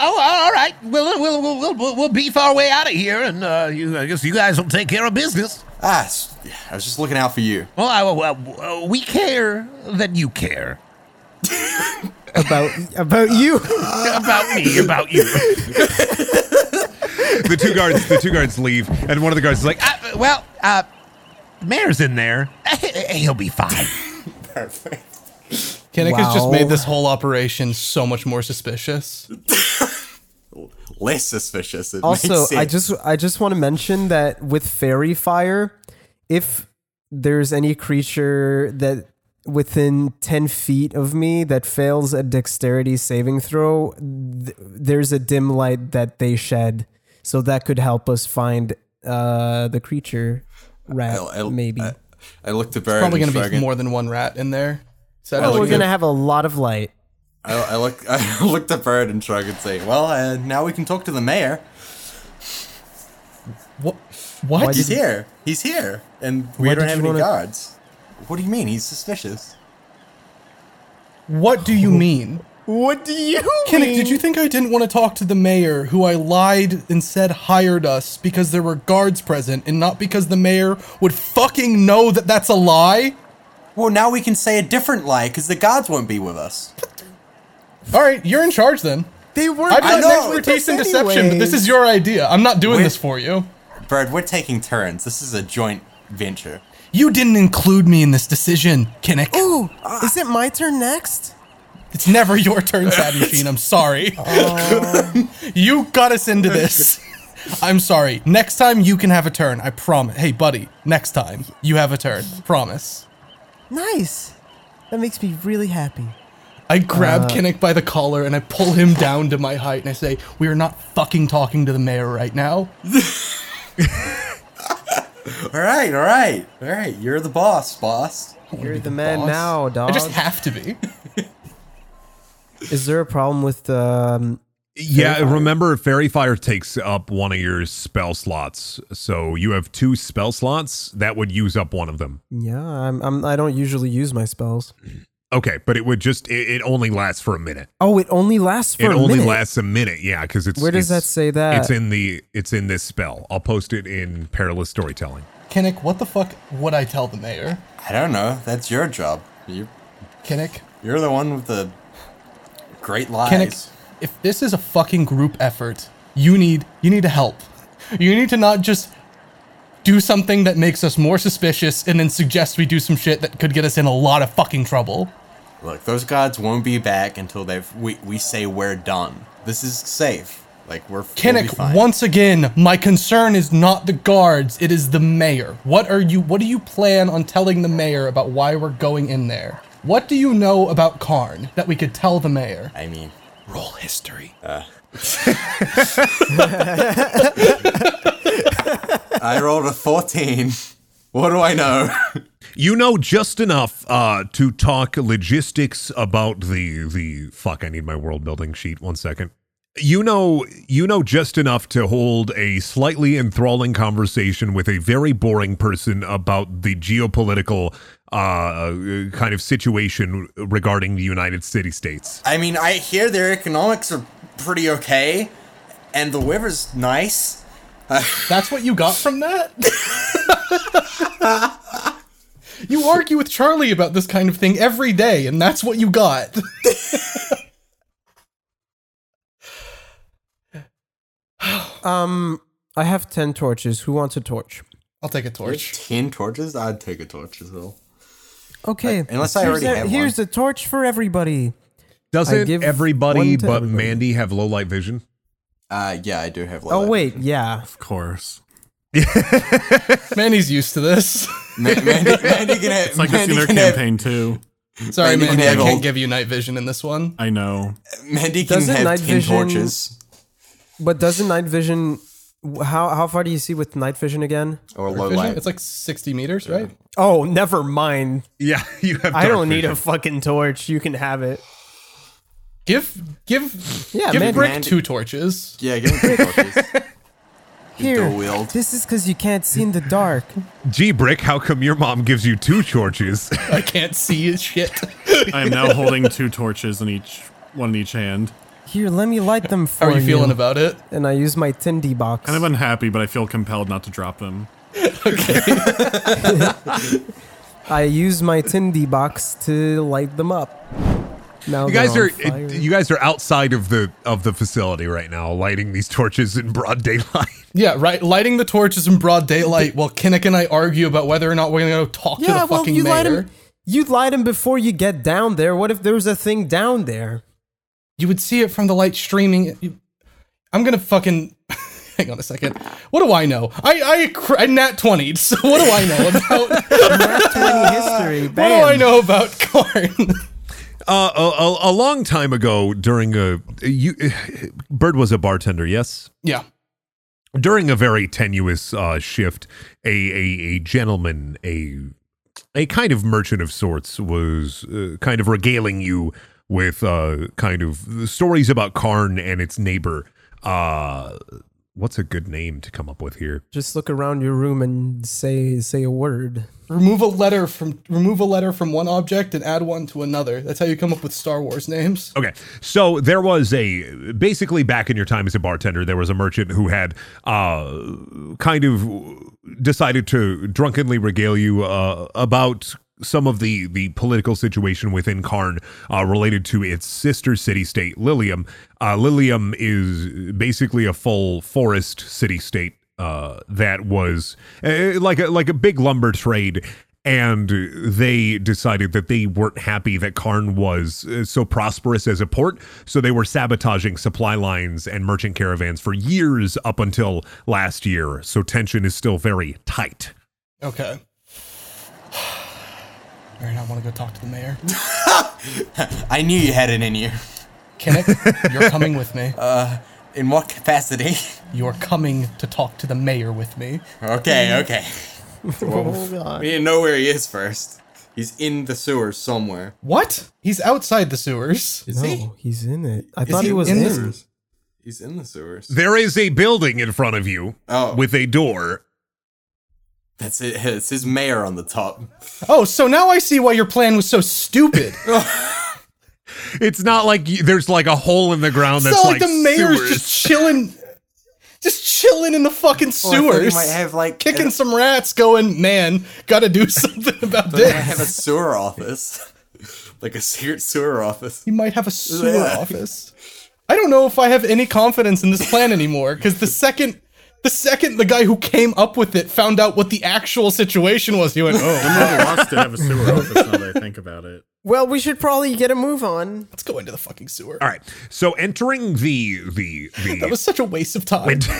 Speaker 4: oh, all right. We'll we'll we'll we'll, we'll, we'll beef our way out of here, and uh, you, I guess you guys will take care of business.
Speaker 6: Ah, s- I was just looking out for you.
Speaker 4: Well, I, well, we care that you care
Speaker 1: about about you.
Speaker 4: about me, about you.
Speaker 2: The two guards the two guards leave, and one of the guards is like, "Ah,
Speaker 4: Uh, well, uh, Mayor's in there. He'll be fine.
Speaker 5: Kinnick has just
Speaker 1: Wow.
Speaker 5: made this whole operation so much more suspicious.
Speaker 6: Less suspicious. It
Speaker 1: Also,
Speaker 6: makes
Speaker 1: I
Speaker 6: sense.
Speaker 1: just I just want to mention that with fairy fire, if there's any creature that within 10 feet of me that fails a dexterity saving throw, th- there's a dim light that they shed. So that could help us find uh, the creature rat,
Speaker 6: I'll- I'll-
Speaker 1: maybe.
Speaker 6: I, I looked at Barry.
Speaker 5: Probably
Speaker 6: and
Speaker 5: gonna be
Speaker 6: Shrugged.
Speaker 5: more than one rat in there. So
Speaker 1: oh, we're
Speaker 5: like
Speaker 1: going to have a lot of light.
Speaker 6: I, I look. I looked at Bird and shrug and say, "Well, uh, now we can talk to the mayor.
Speaker 5: what? what?
Speaker 6: He's here. He's here, and we
Speaker 1: Why
Speaker 6: don't
Speaker 1: did
Speaker 6: have
Speaker 1: you
Speaker 6: any
Speaker 1: wanna-
Speaker 6: guards." What do you mean? He's suspicious.
Speaker 5: What do you mean?
Speaker 1: What do you
Speaker 5: Kinnick, did you think I didn't want to talk to the mayor who I lied and said hired us because there were guards present and not because the mayor would fucking know that that's a lie?
Speaker 6: Well, now we can say a different lie because the guards won't be with us.
Speaker 5: All right, you're in charge then.
Speaker 1: They were
Speaker 5: I've got
Speaker 6: I know,
Speaker 5: expertise in deception, but this is your idea. I'm not doing this for you.
Speaker 6: Bird, we're taking turns. This is a joint venture.
Speaker 5: You didn't include me in this decision, Kinnick.
Speaker 1: Ooh, is it my turn next?
Speaker 5: It's never your turn, Sad Machine. I'm sorry.
Speaker 1: Oh.
Speaker 5: you got us into this. I'm sorry. Next time you can have a turn. I promise. Hey, buddy, next time you have a turn. Promise.
Speaker 1: Nice. That makes me really happy.
Speaker 5: I
Speaker 1: Uh.
Speaker 5: grab Kinnick by the collar and I pull him down to my height and I say, We are not fucking talking to the mayor right now.
Speaker 6: All right, all right, all right. You're the boss, boss.
Speaker 1: You're the man
Speaker 5: boss.
Speaker 1: now, dog.
Speaker 5: I just have to be.
Speaker 1: Is there a problem with um,
Speaker 2: "Yeah, remember, fairy fire takes up one of your spell slots, so you have two spell slots that would use up one of them."
Speaker 1: yeah, I'm, I'm I don't usually use my spells.
Speaker 2: Okay, but it would just it, it only lasts for a minute.
Speaker 1: Oh, it only lasts for
Speaker 2: it
Speaker 1: a
Speaker 2: only
Speaker 1: minute.
Speaker 2: lasts a minute, yeah, because it's
Speaker 1: Where does
Speaker 2: it's-
Speaker 1: that say that?
Speaker 2: It's in the it's in this spell. I'll post it in perilous storytelling.
Speaker 5: Kinnick, what the fuck would I tell the mayor?
Speaker 6: I don't know. That's your job. You,
Speaker 5: Kinnick,
Speaker 6: you're the one with the great
Speaker 5: Kinnick,
Speaker 6: lies.
Speaker 5: if this is a fucking group effort, you need you need to help. You need to not just do something that makes us more suspicious and then suggest we do some shit that could get us in a lot of fucking trouble.
Speaker 6: Look, those gods won't be back until they've we, we say we're done. This is safe. Like we're we'll be
Speaker 5: Kinnick,
Speaker 6: fine.
Speaker 5: once again, my concern is not the guards, it is the mayor. What are you what do you plan on telling the mayor about why we're going in there? What do you know about Karn that we could tell the mayor?
Speaker 6: I mean, Uh.
Speaker 5: Roll history.
Speaker 6: I rolled a 14. What do I know?
Speaker 2: You know just enough uh, to talk logistics about the the fuck. I need my world building sheet. One second. You know, you know just enough to hold a slightly enthralling conversation with a very boring person about the geopolitical uh, kind of situation regarding the United City States.
Speaker 6: I mean, I hear their economics are pretty okay, and the weather's nice.
Speaker 5: That's what you got from that? you argue with Charlie about this kind of thing every day, and that's what you got.
Speaker 1: Um, I have ten torches. Who wants a torch?
Speaker 5: I'll take a torch.
Speaker 6: 10 torches? I'd take a torch as well.
Speaker 1: Okay,
Speaker 6: unless I
Speaker 1: here's
Speaker 6: already
Speaker 1: a,
Speaker 6: have
Speaker 1: here's a torch for everybody. I
Speaker 2: Doesn't
Speaker 1: give
Speaker 2: everybody
Speaker 1: one to
Speaker 2: but
Speaker 1: everybody.
Speaker 2: Mandy have low light vision?
Speaker 6: Uh, yeah, I do have.
Speaker 1: Oh
Speaker 6: leather.
Speaker 1: wait, yeah.
Speaker 3: Of course.
Speaker 5: Manny's used to this.
Speaker 6: Ma- Mandy, Mandy can have.
Speaker 3: It's like
Speaker 6: Mandy,
Speaker 3: this in their
Speaker 6: can have
Speaker 3: campaign too.
Speaker 5: Sorry,
Speaker 6: Mandy can
Speaker 5: Manny, I
Speaker 6: have all-
Speaker 5: can't give you night vision in this one.
Speaker 3: I know.
Speaker 6: Mandy can
Speaker 1: Doesn't
Speaker 6: have
Speaker 1: night
Speaker 6: 10
Speaker 1: vision-
Speaker 6: torches
Speaker 1: But doesn't night vision? How how far do you see with night vision again?
Speaker 6: or low
Speaker 5: Vision?
Speaker 6: light.
Speaker 5: It's like 60 meters, right?
Speaker 1: Oh, never mind.
Speaker 2: Yeah, you have.
Speaker 1: I
Speaker 2: dark
Speaker 1: don't need
Speaker 2: vision.
Speaker 1: a fucking torch. You can have it.
Speaker 5: Give give
Speaker 1: Yeah,
Speaker 5: give
Speaker 1: Mandy-
Speaker 5: Brick
Speaker 6: Mandy-
Speaker 5: two torches.
Speaker 6: Yeah, give him 10 torches.
Speaker 1: Here,
Speaker 6: dual-wield.
Speaker 1: this is because you can't see in the dark.
Speaker 2: Gee, Brick, how come your mom gives you two torches?
Speaker 5: I can't see shit.
Speaker 3: I am now holding two torches in each one in each hand.
Speaker 1: Here, let me light them for
Speaker 5: How are you
Speaker 1: you.
Speaker 5: feeling about it?
Speaker 1: And I use my Tindy box.
Speaker 3: Kind of unhappy, but I feel compelled not to drop them.
Speaker 1: I use my Tindy box to light them up. Now
Speaker 2: You guys are you guys are outside of the of the facility right now, lighting these torches in broad daylight.
Speaker 5: Yeah, right. Lighting the torches in broad daylight while Kinnick and I argue about whether or not we're gonna go talk to
Speaker 1: yeah,
Speaker 5: the
Speaker 1: well,
Speaker 5: fucking
Speaker 1: you light
Speaker 5: mayor.
Speaker 1: them. You light them before you get down there. What if there's a thing down there?
Speaker 5: You would see it from the light streaming. You- I'm gonna fucking hang on a second. What do I know? I I, cr- I nat twenty. So what do I know about?
Speaker 1: History.
Speaker 5: what do I know about corn?
Speaker 2: Uh, a, a, a long time ago, during a you, Bird was a bartender, yes.
Speaker 5: yeah.
Speaker 2: During a very tenuous uh, shift, a, a a gentleman, a a kind of merchant of sorts, was uh, kind of regaling you with uh, kind of stories about Karn and its neighbor. Uh, what's a good name to come up with here?
Speaker 1: Just look around your room and say say a word.
Speaker 5: Remove a letter from remove a letter from one object and add one to another. That's how you come up with Star Wars names.
Speaker 2: Okay, so there was a basically back in your time as a bartender, there was a merchant who had uh, kind of decided to drunkenly regale you uh, about some of the the political situation within Karn uh, related to its sister city state Lilium. Uh, Lilium is basically a full forest city state uh, that was uh, like a, like a big lumber trade and they decided that they weren't happy that Karn was uh, so prosperous as a port, so they were sabotaging supply lines and merchant caravans for years up until last year. So tension is still very tight.
Speaker 5: Okay. All right, I want to go talk to the mayor.
Speaker 6: I knew you had it in you.
Speaker 5: Kinnick, you're coming with me.
Speaker 6: In what capacity?
Speaker 5: You're coming to talk to the mayor with me.
Speaker 6: Okay,
Speaker 1: Mm.
Speaker 6: okay.
Speaker 1: Oh,
Speaker 6: We need to know where he is first. He's in the sewers somewhere.
Speaker 5: What? He's outside the sewers.
Speaker 6: Is
Speaker 1: No,
Speaker 6: he?
Speaker 1: he's in it. I thought he, was
Speaker 5: in
Speaker 1: in.
Speaker 5: the-
Speaker 6: He's in the sewers.
Speaker 2: There is a building in front of you
Speaker 6: Oh.
Speaker 2: with a door.
Speaker 6: That's it. It's his mayor on the top.
Speaker 5: Oh, so now I see why your plan was so stupid.
Speaker 2: It's not like y- there's like a hole in the ground that's
Speaker 5: it's not like,
Speaker 2: like,
Speaker 5: the mayor's
Speaker 2: sewers.
Speaker 5: just chilling, just chilling in the
Speaker 6: Oh,
Speaker 5: fucking sewers,
Speaker 6: like
Speaker 5: kicking some rats, going, "Man, gotta do something about
Speaker 6: They might have
Speaker 5: this."
Speaker 6: a sewer office, like a secret sewer office.
Speaker 5: He might have a sewer
Speaker 6: Yeah.
Speaker 5: office. I don't know if I have any confidence in this plan anymore because the second. The second the guy who came up with it found out what the actual situation was, he went, "Oh,
Speaker 3: I'm at a loss to have a sewer office now that I think about it.
Speaker 1: Well, we should probably get a move on.
Speaker 5: let's go into the fucking sewer."
Speaker 2: All right. So entering the the the
Speaker 5: That was such a waste of time.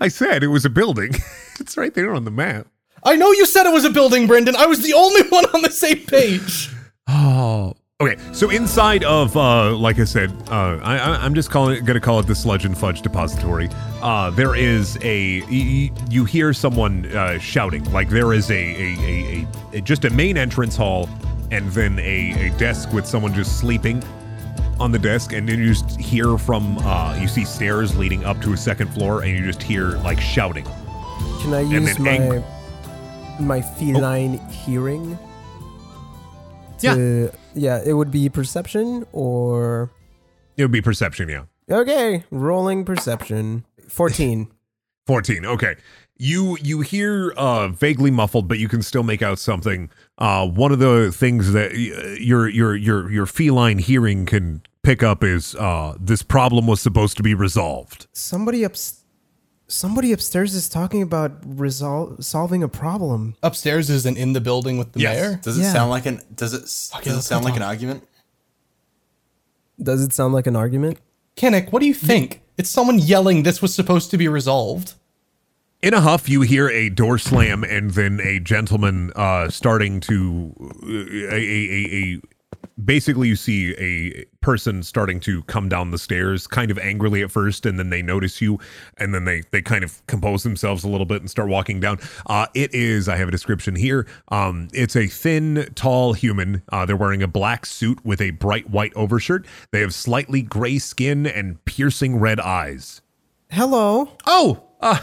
Speaker 2: I said it was a building. it's right there on the map.
Speaker 5: I know you said it was a building, Brendan. I was the only one on the same page.
Speaker 2: Oh, Okay, so inside of, uh, like I said, uh, I, I, I'm just calling it, gonna call it the Sludge and Fudge Depository. Uh, there is a, y- y- you hear someone uh, shouting. Like there is a, a, a, a, just a main entrance hall, and then a, a desk with someone just sleeping on the desk, and then you just hear from, uh, you see stairs leading up to a second floor, and you just hear like shouting.
Speaker 1: Can I use
Speaker 2: then
Speaker 1: my
Speaker 2: ang-
Speaker 1: my feline hearing? To, yeah, it would be perception or
Speaker 2: It would be perception, yeah.
Speaker 1: okay, rolling perception. Fourteen.
Speaker 2: 14 okay you you hear uh vaguely muffled but you can still make out something uh one of the things that y- uh, your your your your feline hearing can pick up is uh this problem was supposed to be resolved
Speaker 1: somebody up, somebody upstairs is talking about resol- solving a problem.
Speaker 5: Upstairs isn't in the building with the
Speaker 2: Yes.
Speaker 5: mayor.
Speaker 6: Does it
Speaker 1: Yeah.
Speaker 6: sound like an does it s- does it
Speaker 5: let's go
Speaker 6: sound like an
Speaker 5: talk.
Speaker 6: argument?
Speaker 1: Does it sound like an argument?
Speaker 5: Kinnick, what do you think? It's someone yelling this was supposed to be resolved.
Speaker 2: in a huff you hear a door slam and then a gentleman uh starting to uh, a a, a, a basically you see a person starting to come down the stairs kind of angrily at first and then they notice you and then they they kind of compose themselves a little bit and start walking down uh it is i have a description here um it's a thin tall human uh they're wearing a black suit with a bright white overshirt they have slightly gray skin and piercing red eyes
Speaker 1: Hello.
Speaker 2: oh uh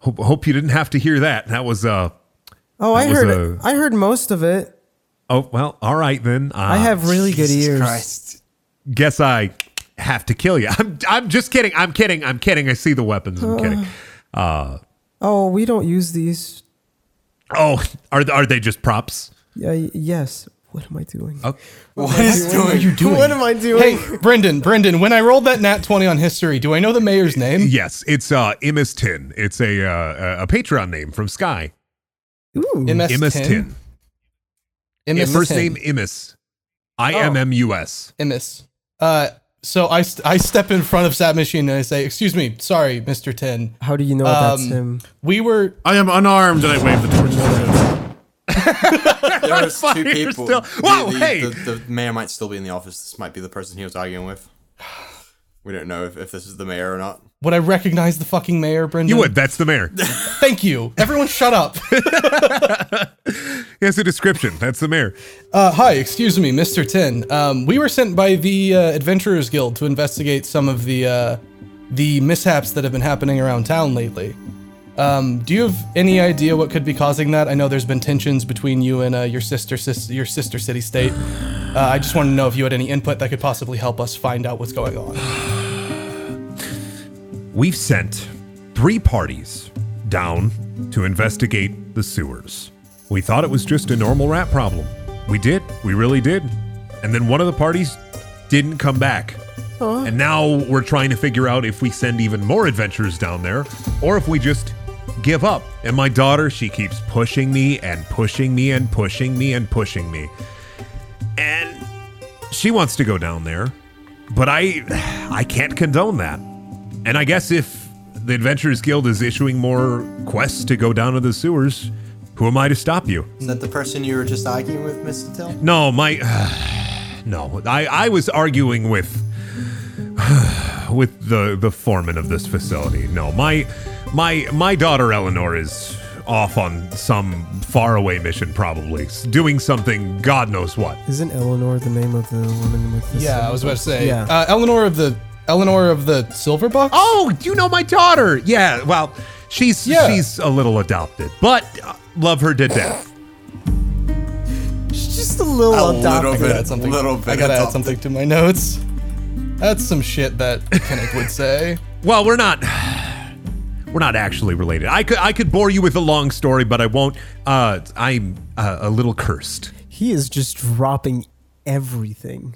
Speaker 2: hope, hope you didn't have to hear that that was uh
Speaker 1: Oh, I
Speaker 2: That was
Speaker 1: heard.
Speaker 2: a-
Speaker 1: I heard most of it.
Speaker 2: oh well all right then uh,
Speaker 1: I have really good ears.
Speaker 6: Christ.
Speaker 2: guess I have to kill you. I'm I'm just kidding. I'm kidding. I'm kidding. I see the weapons. I'm kidding.
Speaker 1: Oh, we don't use these.
Speaker 2: Oh, are th- are they just props?
Speaker 1: Yeah. y- Yes. What am I doing?
Speaker 6: What is doing? What are you doing?
Speaker 1: What am I doing?
Speaker 5: Hey, Brendan, Brendan, when I rolled that nat 20 on history, do I know the mayor's name?
Speaker 2: Yes, it's uh Imus Tin. It's a uh, a Patreon name from Sky.
Speaker 1: Ooh.
Speaker 2: Imus Tin. Yeah,
Speaker 5: MS
Speaker 2: first
Speaker 5: 10.
Speaker 2: name Imus. I M M U S.
Speaker 5: Imus. Uh, so I, st- I step in front of Sat Machine and I say, Excuse me, sorry, Mr. Tin.
Speaker 1: How do you know that's
Speaker 5: Um,
Speaker 1: him?
Speaker 5: We were.
Speaker 3: I am unarmed, and I wave the torch. at him.
Speaker 6: There was
Speaker 2: Fire
Speaker 6: two people.
Speaker 2: still-
Speaker 6: The-
Speaker 2: Whoa,
Speaker 6: the,
Speaker 2: hey!
Speaker 6: The, the mayor might still be in the office. This might be the person he was arguing with. We don't know if, if this is the mayor or not.
Speaker 5: Would I recognize the fucking mayor, Brendan?
Speaker 2: You would. That's the mayor.
Speaker 5: Thank you. Everyone shut up.
Speaker 2: He has a description. That's the mayor.
Speaker 5: Uh, hi, excuse me, Mr. Tin. Um, we were sent by the uh, Adventurers Guild to investigate some of the uh, the mishaps that have been happening around town lately. Um, do you have any idea what could be causing that? I know there's been tensions between you and uh, your sister sis- your sister city state. Uh, I just want to know if you had any input that could possibly help us find out what's going on.
Speaker 2: We've sent three parties down to investigate the sewers. We thought it was just a normal rat problem. We did. We really did. And then one of the parties didn't come back. And now we're trying to figure out if we send even more adventurers down there or if we just give up. And my daughter, she keeps pushing me and pushing me and pushing me and pushing me. And she wants to go down there, but I I can't condone that. And I guess if the Adventurers Guild is issuing more quests to go down to the sewers, who am I to stop you?
Speaker 6: Is that the person you were just arguing with, Mr. Till?
Speaker 2: No, my no. I I was arguing with with the the foreman of this facility. No, my my my daughter Eleanor is off on some faraway mission probably s- doing something god knows what
Speaker 1: Isn't Eleanor the name of the woman with the?
Speaker 5: Yeah, I
Speaker 1: silver
Speaker 5: was about to
Speaker 1: box?
Speaker 5: say
Speaker 1: Yeah.
Speaker 5: uh, Eleanor of the Eleanor of the Silver Box.
Speaker 2: Oh, you know my daughter. Yeah, well, she's
Speaker 5: Yeah.
Speaker 2: she's a little adopted, but uh, love her to death.
Speaker 1: She's just a little
Speaker 6: A
Speaker 1: adopted.
Speaker 6: little
Speaker 5: I gotta
Speaker 6: bit.
Speaker 5: add something.
Speaker 6: Little bit
Speaker 5: I gotta add
Speaker 6: adopted.
Speaker 5: something to my notes. That's some shit that Kinnick would say.
Speaker 2: Well, we're not we're not actually related. I could I could bore you with a long story, but I won't. Uh, I'm uh, a little cursed.
Speaker 1: He is just dropping everything.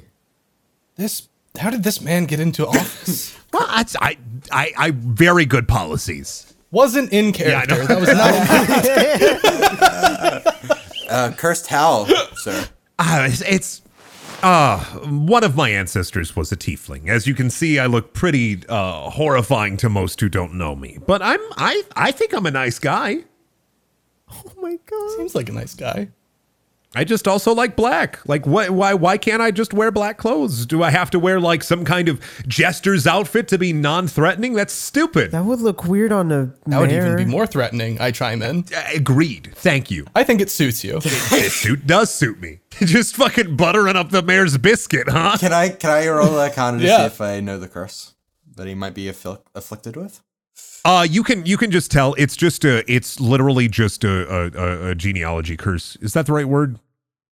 Speaker 5: This. How did this man get into office?
Speaker 2: Well, that's, I I I very good policies.
Speaker 5: Wasn't in
Speaker 2: I
Speaker 5: character.
Speaker 2: know.
Speaker 5: that was not.
Speaker 6: Uh, cursed Howell, sir.
Speaker 2: Uh, it's, it's uh one of my ancestors was a tiefling. As you can see, I look pretty uh, horrifying to most who don't know me. But I'm I I think I'm a nice guy.
Speaker 1: Oh my god.
Speaker 5: Seems like a nice guy.
Speaker 2: I just also like black. Like, wh- why why can't I just wear black clothes? Do I have to wear like some kind of jester's outfit to be non-threatening? That's stupid.
Speaker 1: That would look weird on a
Speaker 5: That would even
Speaker 1: mayor.
Speaker 5: be more threatening. I chime in.
Speaker 2: Agreed. Thank you.
Speaker 5: I think it suits you.
Speaker 2: this suit does suit me. Just fucking buttering up the mayor's biscuit, huh?
Speaker 6: Can I can I roll a counter to see
Speaker 5: Yeah.
Speaker 6: if I know the curse that he might be affil- afflicted with?
Speaker 2: Uh, you can you can just tell it's just a it's literally just a a, a, a genealogy curse. Is that the right word?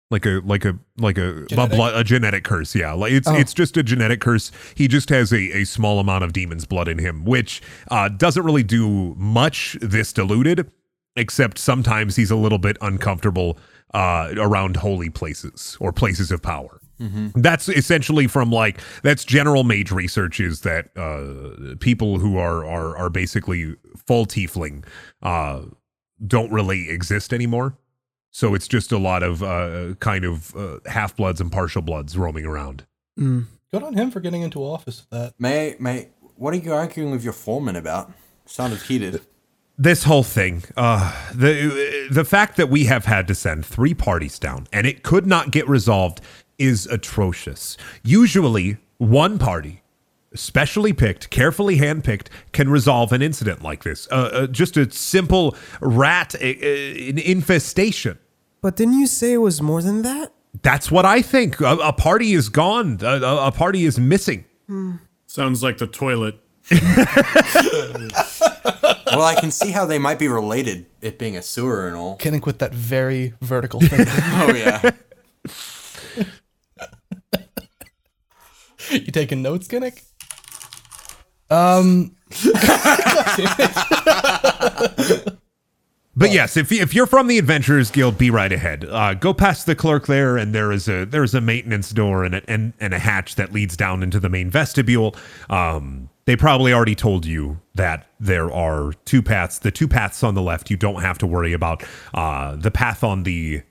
Speaker 2: Like a like a like a a
Speaker 5: Genetic?
Speaker 2: blood- a genetic curse. Yeah, like it's it's just a genetic curse. He just has a, a small amount of demon's blood in him, which uh, doesn't really do much this diluted, except sometimes he's a little bit uncomfortable uh, around holy places or places of power. That's essentially from like that's general mage research is that uh, people who are are are basically full tiefling uh, don't really exist anymore. So it's just a lot of uh, kind of uh, half bloods and partial bloods roaming around.
Speaker 5: Good on him for getting into office with that.
Speaker 6: May may what are you arguing with your foreman about? Sounded heated.
Speaker 2: This whole thing, uh, the the fact that we have had to send three parties down and it could not get resolved is atrocious. Usually, one party specially picked, carefully handpicked, can resolve an incident like this. Uh, uh, just a simple rat uh, uh, an infestation.
Speaker 1: But didn't you say it was more than that?
Speaker 2: That's what I think. A, a party is gone. A, a, a party is missing.
Speaker 3: Sounds like the toilet.
Speaker 6: well, I can see how they might be related, it being a sewer and all.
Speaker 5: Kidding with that very vertical thing.
Speaker 6: Oh yeah.
Speaker 5: you taking notes, Kinnick?
Speaker 2: But yes, if, if you're from the Adventurers Guild, be right ahead. Uh, go past the clerk there, and there is a there is a maintenance door and a, and, and a hatch that leads down into the main vestibule. Um, they probably already told you that there are two paths. The two paths on the left, you don't have to worry about. Uh, the path on the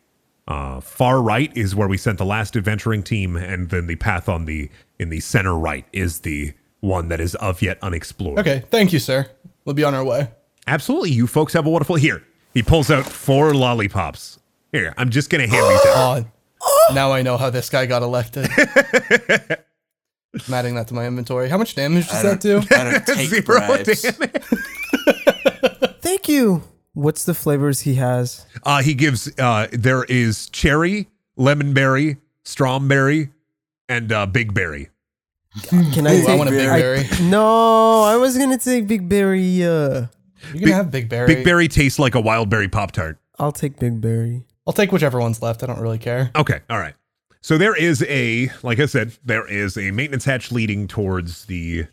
Speaker 2: uh, far right is where we sent the last adventuring team, and then the path on the in the center right is the one that is of yet unexplored.
Speaker 5: Okay, thank you, sir. We'll be on our way.
Speaker 2: Absolutely. You folks have a wonderful here. He pulls out four lollipops. Here, I'm just gonna hand these out.
Speaker 5: On. Now I know how this guy got elected. I'm adding that to my inventory. How much damage does that do?
Speaker 6: I don't take
Speaker 2: Zero
Speaker 6: bribes.
Speaker 2: damage.
Speaker 1: Thank you. What's the flavors he has?
Speaker 2: Uh, he gives. Uh, there is cherry, lemon berry, strawberry, and uh, big berry.
Speaker 1: Can I
Speaker 6: Ooh, I
Speaker 1: take
Speaker 5: want a big
Speaker 1: I-
Speaker 5: berry.
Speaker 1: no, I was gonna take big berry. Uh,
Speaker 5: You can have Big Berry.
Speaker 2: Big berry tastes like a wild berry pop tart.
Speaker 1: I'll take big berry.
Speaker 5: I'll take whichever one's left. I don't really care.
Speaker 2: Okay, all right. So there is a, like I said, there is a maintenance hatch leading towards the,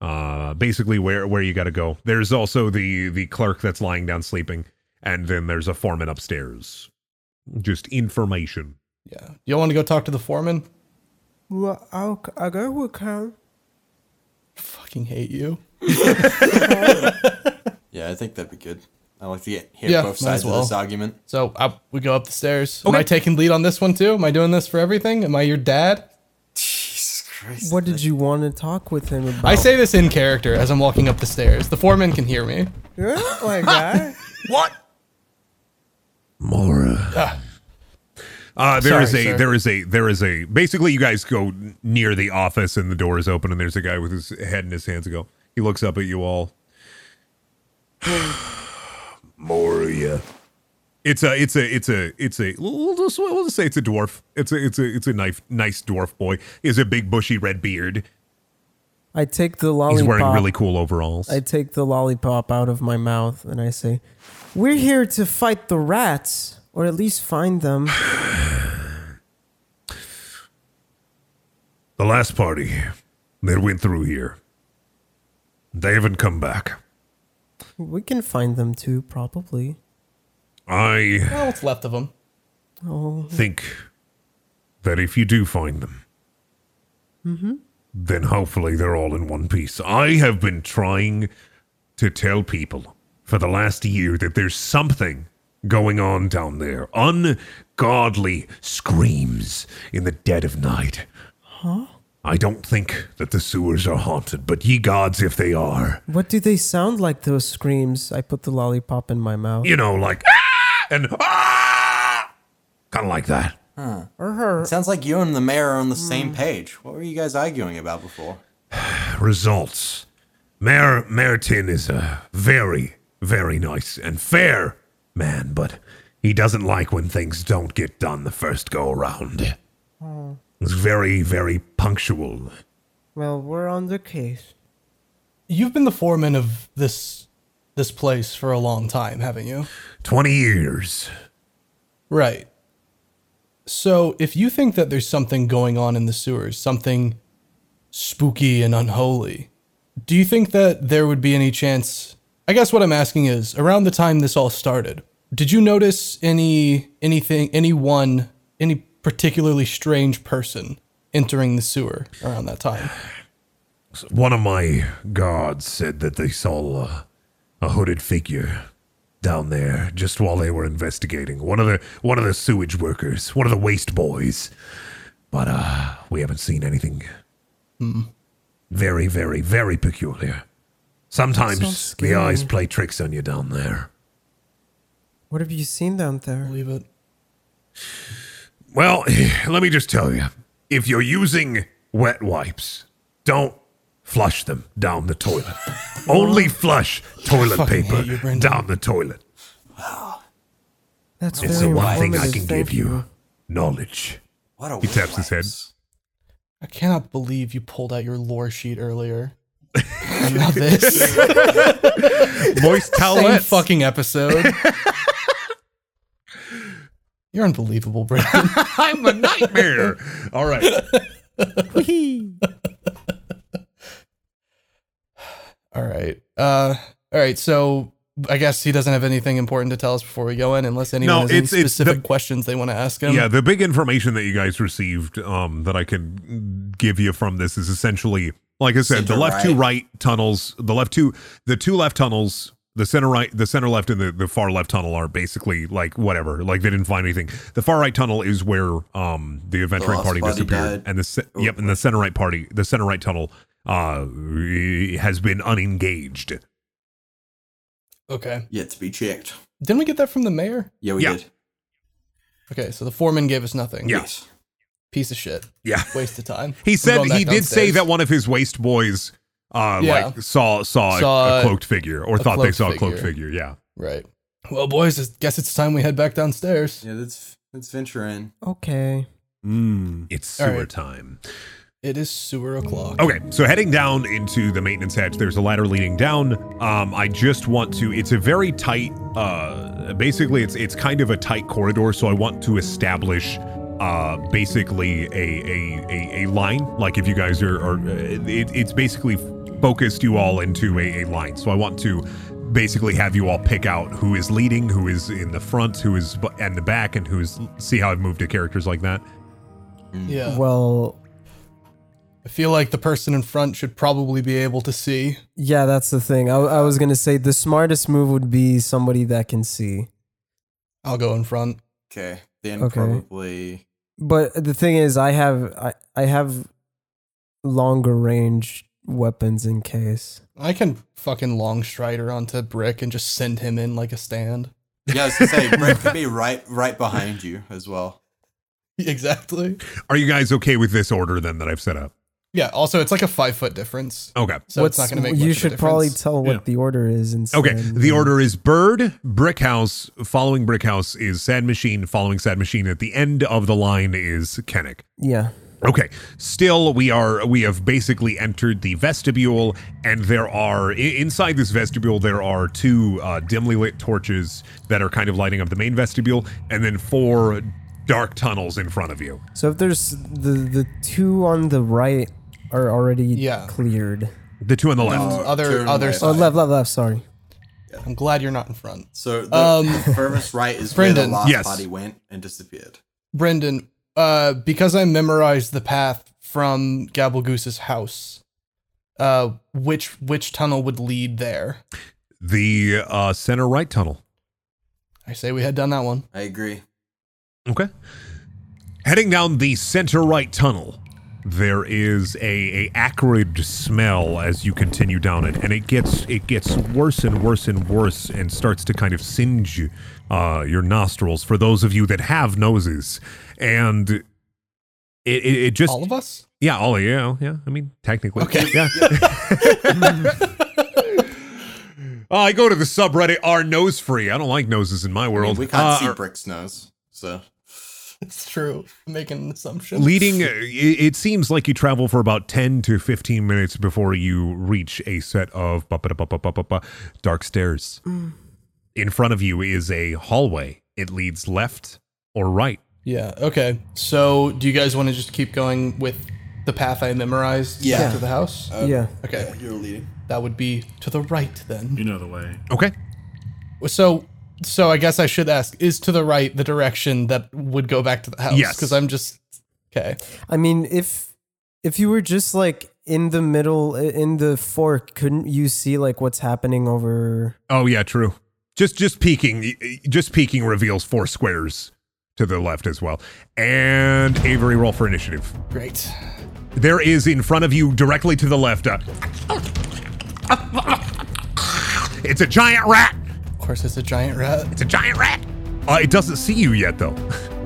Speaker 2: uh, basically where where you got to go. There's also the the clerk that's lying down sleeping, and then there's a foreman upstairs. Just information.
Speaker 5: Yeah. You want to go talk to the foreman?
Speaker 1: Well, I'll, I go with come.
Speaker 5: Fucking hate you.
Speaker 6: Yeah, I think that'd be good. I like to get hear
Speaker 5: Yeah,
Speaker 6: both
Speaker 5: might as
Speaker 6: sides of this
Speaker 5: well.
Speaker 6: argument.
Speaker 5: So I, we go up the stairs. Am I taking lead on this one too? Am I doing this for everything? Am I your dad?
Speaker 6: Jesus Christ.
Speaker 1: What did you want to talk with him about?
Speaker 5: I say this in character as I'm walking up the stairs. The foreman can hear me.
Speaker 1: Yeah, like that.
Speaker 2: What? Mora. Uh, there
Speaker 5: Sorry,
Speaker 2: is a
Speaker 5: sir.
Speaker 2: there is a there is a basically you guys go n- near the office and the door is open and there's a guy with his head in his hands and go he looks up at you all Moria it's a it's a it's a it's a we'll just, we'll just say it's a dwarf it's a it's a it's a nice nice dwarf boy he has a big bushy red beard
Speaker 1: I take the
Speaker 2: he's
Speaker 1: lollipop.
Speaker 2: wearing really cool overalls
Speaker 1: I take the lollipop out of my mouth and I say, "We're here to fight the rats, or at least find them."
Speaker 2: The last party that went through here, they haven't come back.
Speaker 1: We can find them too, probably.
Speaker 2: I
Speaker 5: Well, what's left of him?
Speaker 2: think that if you do find them, then hopefully they're all in one piece. I have been trying to tell people for the last year that there's something going on down there. Ungodly screams in the dead of night. Huh? I don't think that the sewers are haunted, but ye gods, if they are,
Speaker 1: What do they sound like? Those screams. I put the lollipop in my mouth.
Speaker 2: you know, like "Ah!" and ah!
Speaker 4: Kind of like that.
Speaker 1: Or her.
Speaker 6: Sounds like you and the mayor are on the same page. What were you guys arguing about before?
Speaker 4: results. Mayor Merton is a very, very nice and fair man, but he doesn't like when things don't get done the first go around. He's very, very punctual.
Speaker 1: Well, we're on the case.
Speaker 5: You've been the foreman of this this place for a long time, haven't you?
Speaker 4: Twenty years.
Speaker 5: Right. So if you think that there's something going on in the sewers, something spooky and unholy, do you think that there would be any chance? I guess what I'm asking is around the time this all started, did you notice any anything anyone any particularly strange person entering the sewer around that time?
Speaker 4: One of my guards said that they saw a, a hooded figure down there just while they were investigating. One of the one of the sewage workers, one of the waste boys. But uh, we haven't seen anything. Very, very, very peculiar. Sometimes the eyes play tricks on you down there.
Speaker 1: What have you seen down there?
Speaker 5: Believe it.
Speaker 4: Well, let me just tell you if you're using wet wipes, don't flush them down the toilet. Only flush toilet
Speaker 5: Fucking
Speaker 4: paper
Speaker 5: hate you, Brendan.
Speaker 4: down the toilet.
Speaker 1: That's
Speaker 4: It's the
Speaker 1: very
Speaker 4: one thing I
Speaker 1: informative,
Speaker 4: can
Speaker 1: thank
Speaker 4: give you knowledge.
Speaker 6: What a
Speaker 2: He taps his head.
Speaker 5: I cannot believe you pulled out your lore sheet earlier. I love this.
Speaker 2: Moist
Speaker 5: Same
Speaker 2: towelette.
Speaker 5: fucking episode. You're unbelievable, Brendan.
Speaker 2: I'm a nightmare. All right.
Speaker 5: all right. Uh, all right. So I guess he doesn't have anything important to tell us before we go in, unless anyone
Speaker 2: No,
Speaker 5: has any
Speaker 2: it's- it's
Speaker 5: specific
Speaker 2: the-
Speaker 5: questions they want to ask him.
Speaker 2: yeah, the big information that you guys received um, that I could give you from this is essentially, like I said, the
Speaker 6: Center
Speaker 2: left two
Speaker 6: right.
Speaker 2: right tunnels, the left two, the two left tunnels, the center right, the center left, and the, the far left tunnel are basically like whatever. Like they didn't find anything. The far right tunnel is where um, the adventuring
Speaker 6: lost
Speaker 2: party
Speaker 6: party
Speaker 2: disappeared,
Speaker 6: died.
Speaker 2: and the ce- yep, and the center right party, the center right tunnel uh has been unengaged
Speaker 5: Okay.
Speaker 6: Yet to be checked.
Speaker 5: Didn't we get that from the mayor?
Speaker 6: Yeah, we
Speaker 2: Yeah.
Speaker 6: did.
Speaker 5: Okay. So the foreman gave us nothing.
Speaker 4: Yeah.
Speaker 6: Yes.
Speaker 5: Piece of shit.
Speaker 2: yeah
Speaker 5: Waste of time.
Speaker 2: He
Speaker 5: I'm
Speaker 2: said
Speaker 5: going back
Speaker 2: he did say
Speaker 5: downstairs.
Speaker 2: that one of his waist boys, uh,
Speaker 5: Yeah.
Speaker 2: like saw saw, a-
Speaker 5: Saw
Speaker 2: a, cloaked figure or
Speaker 5: a
Speaker 2: thought they
Speaker 5: cloaked
Speaker 2: saw a cloaked
Speaker 5: figure.
Speaker 2: figure. Yeah,
Speaker 5: Right. Well, boys, I guess it's time we head back downstairs.
Speaker 6: Yeah, let's let's venture in.
Speaker 1: you. Okay.
Speaker 3: Hmm.
Speaker 2: it's
Speaker 5: All
Speaker 2: sewer
Speaker 5: right.
Speaker 2: time.
Speaker 5: It is sewer o'clock.
Speaker 1: Oh,
Speaker 2: Okay, so heading down into the maintenance hatch, there's a ladder leading down. Um, I just want to. It's a very tight. Uh, basically, it's it's kind of a tight corridor, so I want to establish. Uh, basically a, a a a line. Like if you guys are, are uh, it, it's basically focused you all into a, a line. So I want to basically have you all pick out who is leading, who is in the front, who is bu- and the back, and who is. See how I've moved to characters like that.
Speaker 5: Yeah.
Speaker 1: Well,
Speaker 5: I feel like the person in front should probably be able to see.
Speaker 1: yeah, that's the thing. I, I was gonna say the smartest move would be somebody that can see.
Speaker 5: I'll go in front.
Speaker 6: Okay. Then
Speaker 1: Okay.
Speaker 6: probably
Speaker 1: But the thing is, I have I, I have longer range weapons in case.
Speaker 5: I can fucking long strider onto Brick and just send him in like a stand.
Speaker 6: Yeah, I was gonna say Brett could be right right behind you as well.
Speaker 5: Exactly.
Speaker 2: Are you guys okay with this order then that I've set up?
Speaker 5: Yeah. Also, it's like a five foot difference,
Speaker 2: Okay.
Speaker 5: so it's not going to make.
Speaker 1: You
Speaker 5: much
Speaker 1: should
Speaker 5: of a
Speaker 1: probably
Speaker 5: difference.
Speaker 1: tell what
Speaker 2: Yeah.
Speaker 1: the order is. And
Speaker 2: Okay,
Speaker 1: send-
Speaker 2: the order is Bird, Brickhouse, following Brickhouse is Sad Machine, following Sad Machine at the end of the line is Kennick.
Speaker 1: Yeah.
Speaker 2: Okay, still we are we have basically entered the vestibule and there are i- inside this vestibule there are two uh, dimly lit torches that are kind of lighting up the main vestibule and then four dark tunnels in front of you.
Speaker 1: So if there's the the two on the right are already
Speaker 5: Yeah.
Speaker 1: cleared.
Speaker 2: The two on the left.
Speaker 5: Um,
Speaker 6: Uh,
Speaker 5: other
Speaker 6: turn
Speaker 5: other.
Speaker 6: left.
Speaker 1: Oh,
Speaker 5: Side.
Speaker 1: left, left, left. Sorry.
Speaker 5: I'm glad you're not in front,
Speaker 6: So the furthest right is where
Speaker 5: Um, Brendan.
Speaker 6: the last
Speaker 2: Yes.
Speaker 6: body went and disappeared.
Speaker 5: Brendan. Uh, because I memorized the path from Gabblegoose's house. Uh, which which tunnel would lead there?
Speaker 2: The uh, center right tunnel.
Speaker 5: I say we head down that one.
Speaker 6: I agree.
Speaker 2: Okay. Heading down the center right tunnel, there is a, a acrid smell as you continue down it, and it gets it gets worse and worse and worse, and starts to kind of singe uh, your nostrils. For those of you that have noses, and it it, it just
Speaker 5: All of us?
Speaker 2: yeah, all of you. Yeah, I mean, technically. Okay. Yeah. Uh, I go to the subreddit r nose free. I don't like noses in my world.
Speaker 6: we can't
Speaker 2: Uh,
Speaker 6: see Brick's nose, so
Speaker 5: It's true. Making an assumption.
Speaker 2: leading, uh, i- it seems like you travel for about ten to fifteen minutes before you reach a set of ba-ba-da-ba-ba-ba-ba-ba dark stairs. In front of you is a hallway. It leads left or right.
Speaker 5: Yeah. Okay. So, do you guys want to just keep going with the path I memorized
Speaker 6: Yeah.
Speaker 5: to the house?
Speaker 1: Uh, yeah.
Speaker 5: okay.
Speaker 6: you're leading.
Speaker 5: That would be to the right then.
Speaker 3: You know the way.
Speaker 2: Okay.
Speaker 5: So, so I guess I should ask: Is to the right the direction that would go back to the house?
Speaker 2: Yes.
Speaker 5: Because I'm just okay.
Speaker 1: I mean, if if you were just like in the middle in the fork, couldn't you see like what's happening over?
Speaker 2: Oh yeah, true. Just just peeking, y- y- just peeking reveals four squares to the left as well. And Avery, roll for initiative.
Speaker 5: Great.
Speaker 2: There is in front of you, directly to the left. A it's a giant rat.
Speaker 5: Of course, it's a giant rat.
Speaker 2: It's a giant rat. Uh, it doesn't see you yet, though.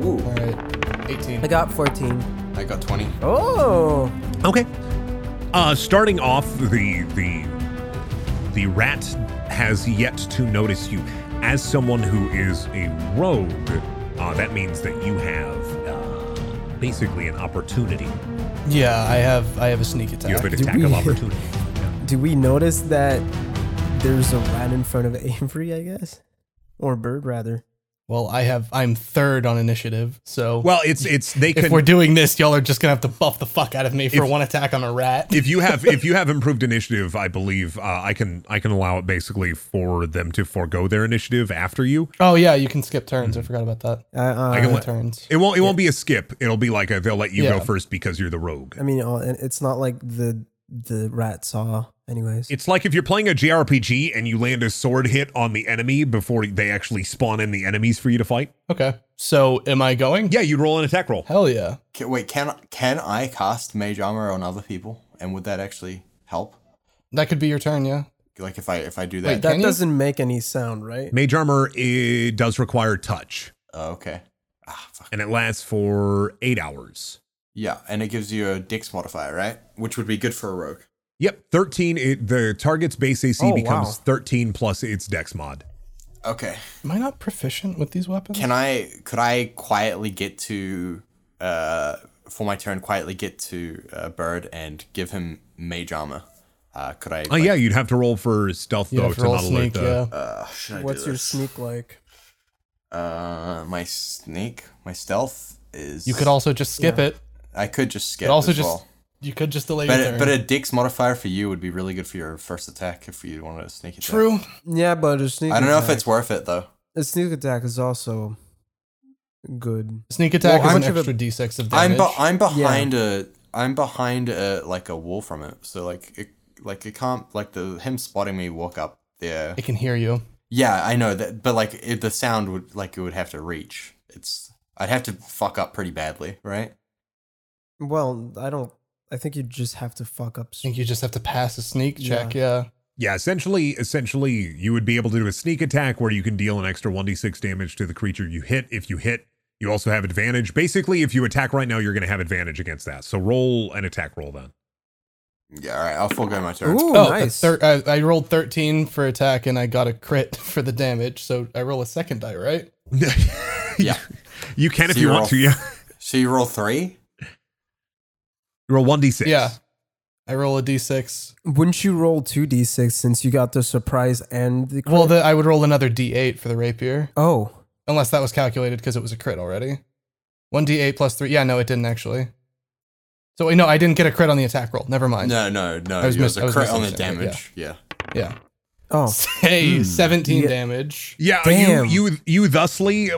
Speaker 5: All right. 18.
Speaker 1: I got fourteen.
Speaker 6: I got twenty.
Speaker 1: Oh,
Speaker 2: Okay. Uh, starting off, the the the rat has yet to notice you. As someone who is a rogue, uh, that means that you have uh, basically an opportunity.
Speaker 5: Yeah, I have. I have a sneak attack.
Speaker 2: You have an
Speaker 1: do
Speaker 2: attack of
Speaker 1: we-
Speaker 2: opportunity.
Speaker 1: do we notice that there's a rat in front of Avery? I guess, or bird rather.
Speaker 5: well, I have. I'm third on initiative. So,
Speaker 2: Well, it's it's they
Speaker 5: if
Speaker 2: can.
Speaker 5: we're doing this, y'all are just gonna have to buff the fuck out of me for one attack on a rat.
Speaker 2: if you have if you have improved initiative, I believe uh, I can I can allow it basically for them to forego their initiative after you.
Speaker 5: oh yeah, you can skip turns. I forgot about that.
Speaker 1: I, uh,
Speaker 2: I can let-
Speaker 5: turns.
Speaker 2: It won't it won't be a skip. It'll be like a, they'll let you go
Speaker 5: Yeah.
Speaker 2: first because you're the rogue.
Speaker 1: I mean, uh, and it's not like the the rat saw, anyways.
Speaker 2: It's like if you're playing a JRPG and you land a sword hit on the enemy before they actually spawn in the enemies for you to fight.
Speaker 5: Okay. So am I going?
Speaker 2: Yeah, you'd roll an attack roll.
Speaker 5: Hell yeah.
Speaker 6: Can, wait, can can I cast mage armor on other people, and would that actually help?
Speaker 5: That could be your turn, yeah.
Speaker 6: Like if I if I do that,
Speaker 5: Can
Speaker 1: that
Speaker 5: you?
Speaker 1: doesn't make any sound, right?
Speaker 2: Mage armor it does require touch,
Speaker 6: Oh, okay. Ah, fuck.
Speaker 2: and it lasts for eight hours.
Speaker 6: Yeah, and it gives you a dex modifier, right? Which would be good for a rogue.
Speaker 2: Yep, thirteen. It, the target's base AC
Speaker 1: Oh,
Speaker 2: becomes
Speaker 1: wow.
Speaker 2: thirteen plus its Dex mod.
Speaker 6: Okay.
Speaker 5: Am I not proficient with these weapons?
Speaker 6: Can I could I quietly get to uh for my turn quietly get to uh, Bird and give him mage armor? Uh, could I?
Speaker 2: Oh yeah, you'd have to roll for stealth
Speaker 5: yeah,
Speaker 6: Oh,
Speaker 2: though
Speaker 5: if
Speaker 2: to
Speaker 5: you're all
Speaker 2: not alert
Speaker 5: sneak,
Speaker 2: the.
Speaker 5: yeah.
Speaker 6: Uh, should I do
Speaker 1: What's your
Speaker 6: this?
Speaker 1: sneak like?
Speaker 6: Uh, my sneak, my stealth is.
Speaker 5: You could also just skip it.
Speaker 6: I could just skip.
Speaker 5: But also
Speaker 6: as
Speaker 5: just
Speaker 6: well.
Speaker 5: you could just delay
Speaker 6: But
Speaker 5: your
Speaker 6: a,
Speaker 5: turn.
Speaker 6: but a dex modifier for you would be really good for your first attack if you wanted to sneak attack.
Speaker 5: True.
Speaker 1: Yeah, but a sneak.
Speaker 6: I don't know if
Speaker 1: attack-
Speaker 6: it's worth it though.
Speaker 1: a sneak attack is also good.
Speaker 5: Sneak attack
Speaker 1: Well, how
Speaker 5: is
Speaker 1: much
Speaker 5: an
Speaker 1: of a-
Speaker 5: extra D six of
Speaker 6: I'm
Speaker 5: damage.
Speaker 6: be- I'm behind a I'm behind a like a wall from it. So like it like it can't like the him spotting me walk up there.
Speaker 5: I can hear you.
Speaker 6: Yeah, I know that, but like it, the sound would like it would have to reach. It's I'd have to fuck up pretty badly, right?
Speaker 1: Well, I don't. I think you just have to fuck up.
Speaker 5: I think you just have to pass a sneak check, yeah.
Speaker 2: Yeah, essentially, essentially, you would be able to do a sneak attack where you can deal an extra one d six damage to the creature you hit. If you hit, you also have advantage. Basically, if you attack right now, you're going to have advantage against that. So roll an attack roll then.
Speaker 6: Yeah, all right. I'll forego my turn.
Speaker 1: Ooh,
Speaker 5: Oh,
Speaker 1: nice.
Speaker 5: the thir- I, I rolled 13 for attack and I got a crit for the damage, so I roll a second die, right?
Speaker 6: Yeah.
Speaker 2: you can if you
Speaker 6: Zero.
Speaker 2: want to. Yeah,
Speaker 6: So you roll three.
Speaker 2: roll one d six.
Speaker 5: Yeah. I roll a d6.
Speaker 1: Wouldn't you roll two d six since you got the surprise and the crit?
Speaker 5: Well, the, I would roll another d8 for the rapier.
Speaker 1: oh
Speaker 5: Unless that was calculated because it was a crit already. 1d8 plus 3. Yeah, no, it didn't actually. So, wait, no, I didn't get a crit on the attack roll. Never mind.
Speaker 6: No, no, no.
Speaker 5: I was
Speaker 6: it
Speaker 5: mis-
Speaker 6: was
Speaker 5: I
Speaker 6: a
Speaker 5: was
Speaker 6: crit on the
Speaker 5: misunderstanding,
Speaker 6: damage. Yeah.
Speaker 5: Yeah.
Speaker 1: oh
Speaker 5: Hey,
Speaker 2: Hmm.
Speaker 5: 17
Speaker 1: Yeah.
Speaker 5: damage.
Speaker 2: Yeah,
Speaker 1: Damn.
Speaker 2: you you you thusly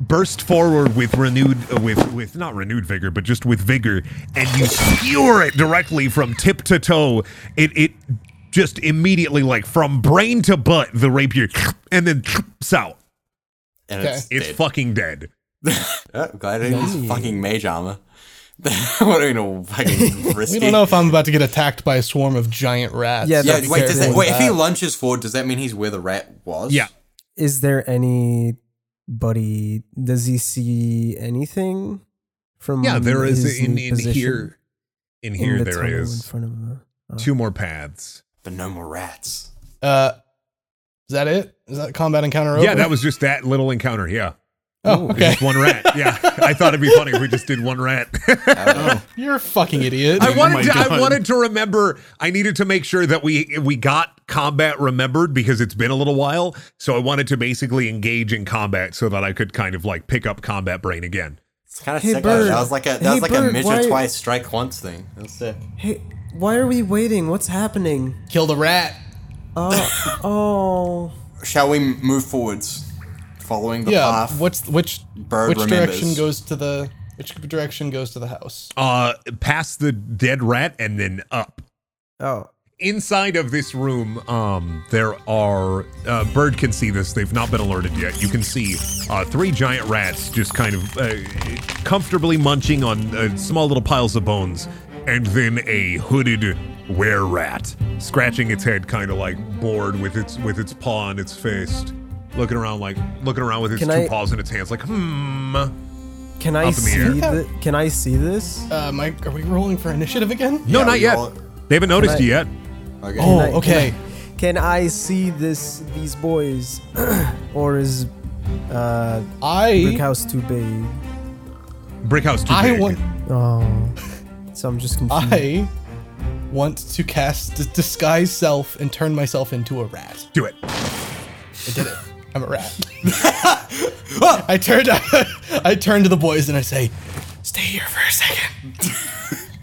Speaker 2: burst forward with renewed uh, with with not renewed vigor, but just with vigor, and you skewer it directly from tip to toe. It it just immediately like from brain to butt the rapier, and then out.
Speaker 6: And
Speaker 5: Okay.
Speaker 6: it's
Speaker 2: It's
Speaker 6: dead.
Speaker 2: fucking dead.
Speaker 6: Oh, glad I didn't use
Speaker 1: Yummy.
Speaker 6: fucking mage armor. what are we gonna fucking risk?
Speaker 5: We don't know if I'm about to get attacked by a swarm of giant rats.
Speaker 1: Yeah,
Speaker 6: Yeah,
Speaker 1: That's
Speaker 6: wait, does that,
Speaker 1: terrible.
Speaker 6: wait, if he lunches forward, does that mean he's where the rat was?
Speaker 2: Yeah.
Speaker 1: Is there anybody? Does he see anything from?
Speaker 2: Yeah, there
Speaker 1: his
Speaker 2: is in, in
Speaker 1: Mm, position?
Speaker 2: here. In
Speaker 1: In
Speaker 2: here,
Speaker 1: the
Speaker 2: there
Speaker 1: tunnel
Speaker 2: is
Speaker 1: in front of him. Oh.
Speaker 2: two more paths.
Speaker 6: But no more rats.
Speaker 5: Uh, is that it? Is that combat encounter over?
Speaker 2: Yeah, that was just that little encounter. Yeah,
Speaker 5: Oh,
Speaker 2: It's
Speaker 5: okay.
Speaker 2: just one rat. Yeah, I thought it'd be funny if we just did one rat.
Speaker 5: You're a fucking idiot.
Speaker 2: I wanted
Speaker 3: Oh my
Speaker 2: to, I
Speaker 3: God.
Speaker 2: wanted to remember. I needed to make sure that we we got combat remembered because it's been a little while. So I wanted to basically engage in combat so that I could kind of like pick up combat brain again.
Speaker 6: It's kind of
Speaker 1: Hey,
Speaker 6: sick.
Speaker 1: Bird.
Speaker 6: Bird. That was like a that
Speaker 1: Hey,
Speaker 6: was like
Speaker 1: Bird,
Speaker 6: a measure
Speaker 1: why-
Speaker 6: twice, strike once thing. That's sick.
Speaker 1: Hey, why are we waiting? What's happening?
Speaker 5: Kill the rat.
Speaker 1: Oh, oh.
Speaker 6: Shall we move forwards, following the
Speaker 5: Yeah.
Speaker 6: path?
Speaker 5: What's which?
Speaker 6: Bird
Speaker 5: which
Speaker 6: remembers.
Speaker 5: direction goes to the? Which direction goes to the house?
Speaker 2: Uh, past the dead rat and then up.
Speaker 1: oh.
Speaker 2: Inside of this room, um, there are uh, bird can see this. They've not been alerted yet. You can see uh, three giant rats just kind of uh, comfortably munching on uh, small little piles of bones, and then a hooded were rat scratching its head, kind of like bored with its with its paw on its fist, looking around like looking around with its
Speaker 1: Can
Speaker 2: two
Speaker 1: I-
Speaker 2: paws in its hands, like hmm.
Speaker 1: Can I
Speaker 2: Up in the air.
Speaker 1: see? The, can I see this?
Speaker 5: Uh, Mike, are we rolling for initiative again?
Speaker 2: No,
Speaker 6: Yeah,
Speaker 2: not
Speaker 6: we
Speaker 2: yet.
Speaker 6: all-
Speaker 2: They haven't noticed
Speaker 1: Can
Speaker 2: you yet.
Speaker 6: Okay.
Speaker 5: Oh,
Speaker 1: I-
Speaker 5: okay.
Speaker 1: Can I see this? These boys, or is uh,
Speaker 5: I
Speaker 1: Brickhouse too big?
Speaker 2: Brickhouse too
Speaker 5: I
Speaker 2: big.
Speaker 5: want
Speaker 1: Oh, so I'm just confused.
Speaker 5: I want to cast dis- disguise self and turn myself into a rat.
Speaker 2: Do it.
Speaker 5: I'm a rat. I turned I turn to the boys and I say, "Stay here for a second.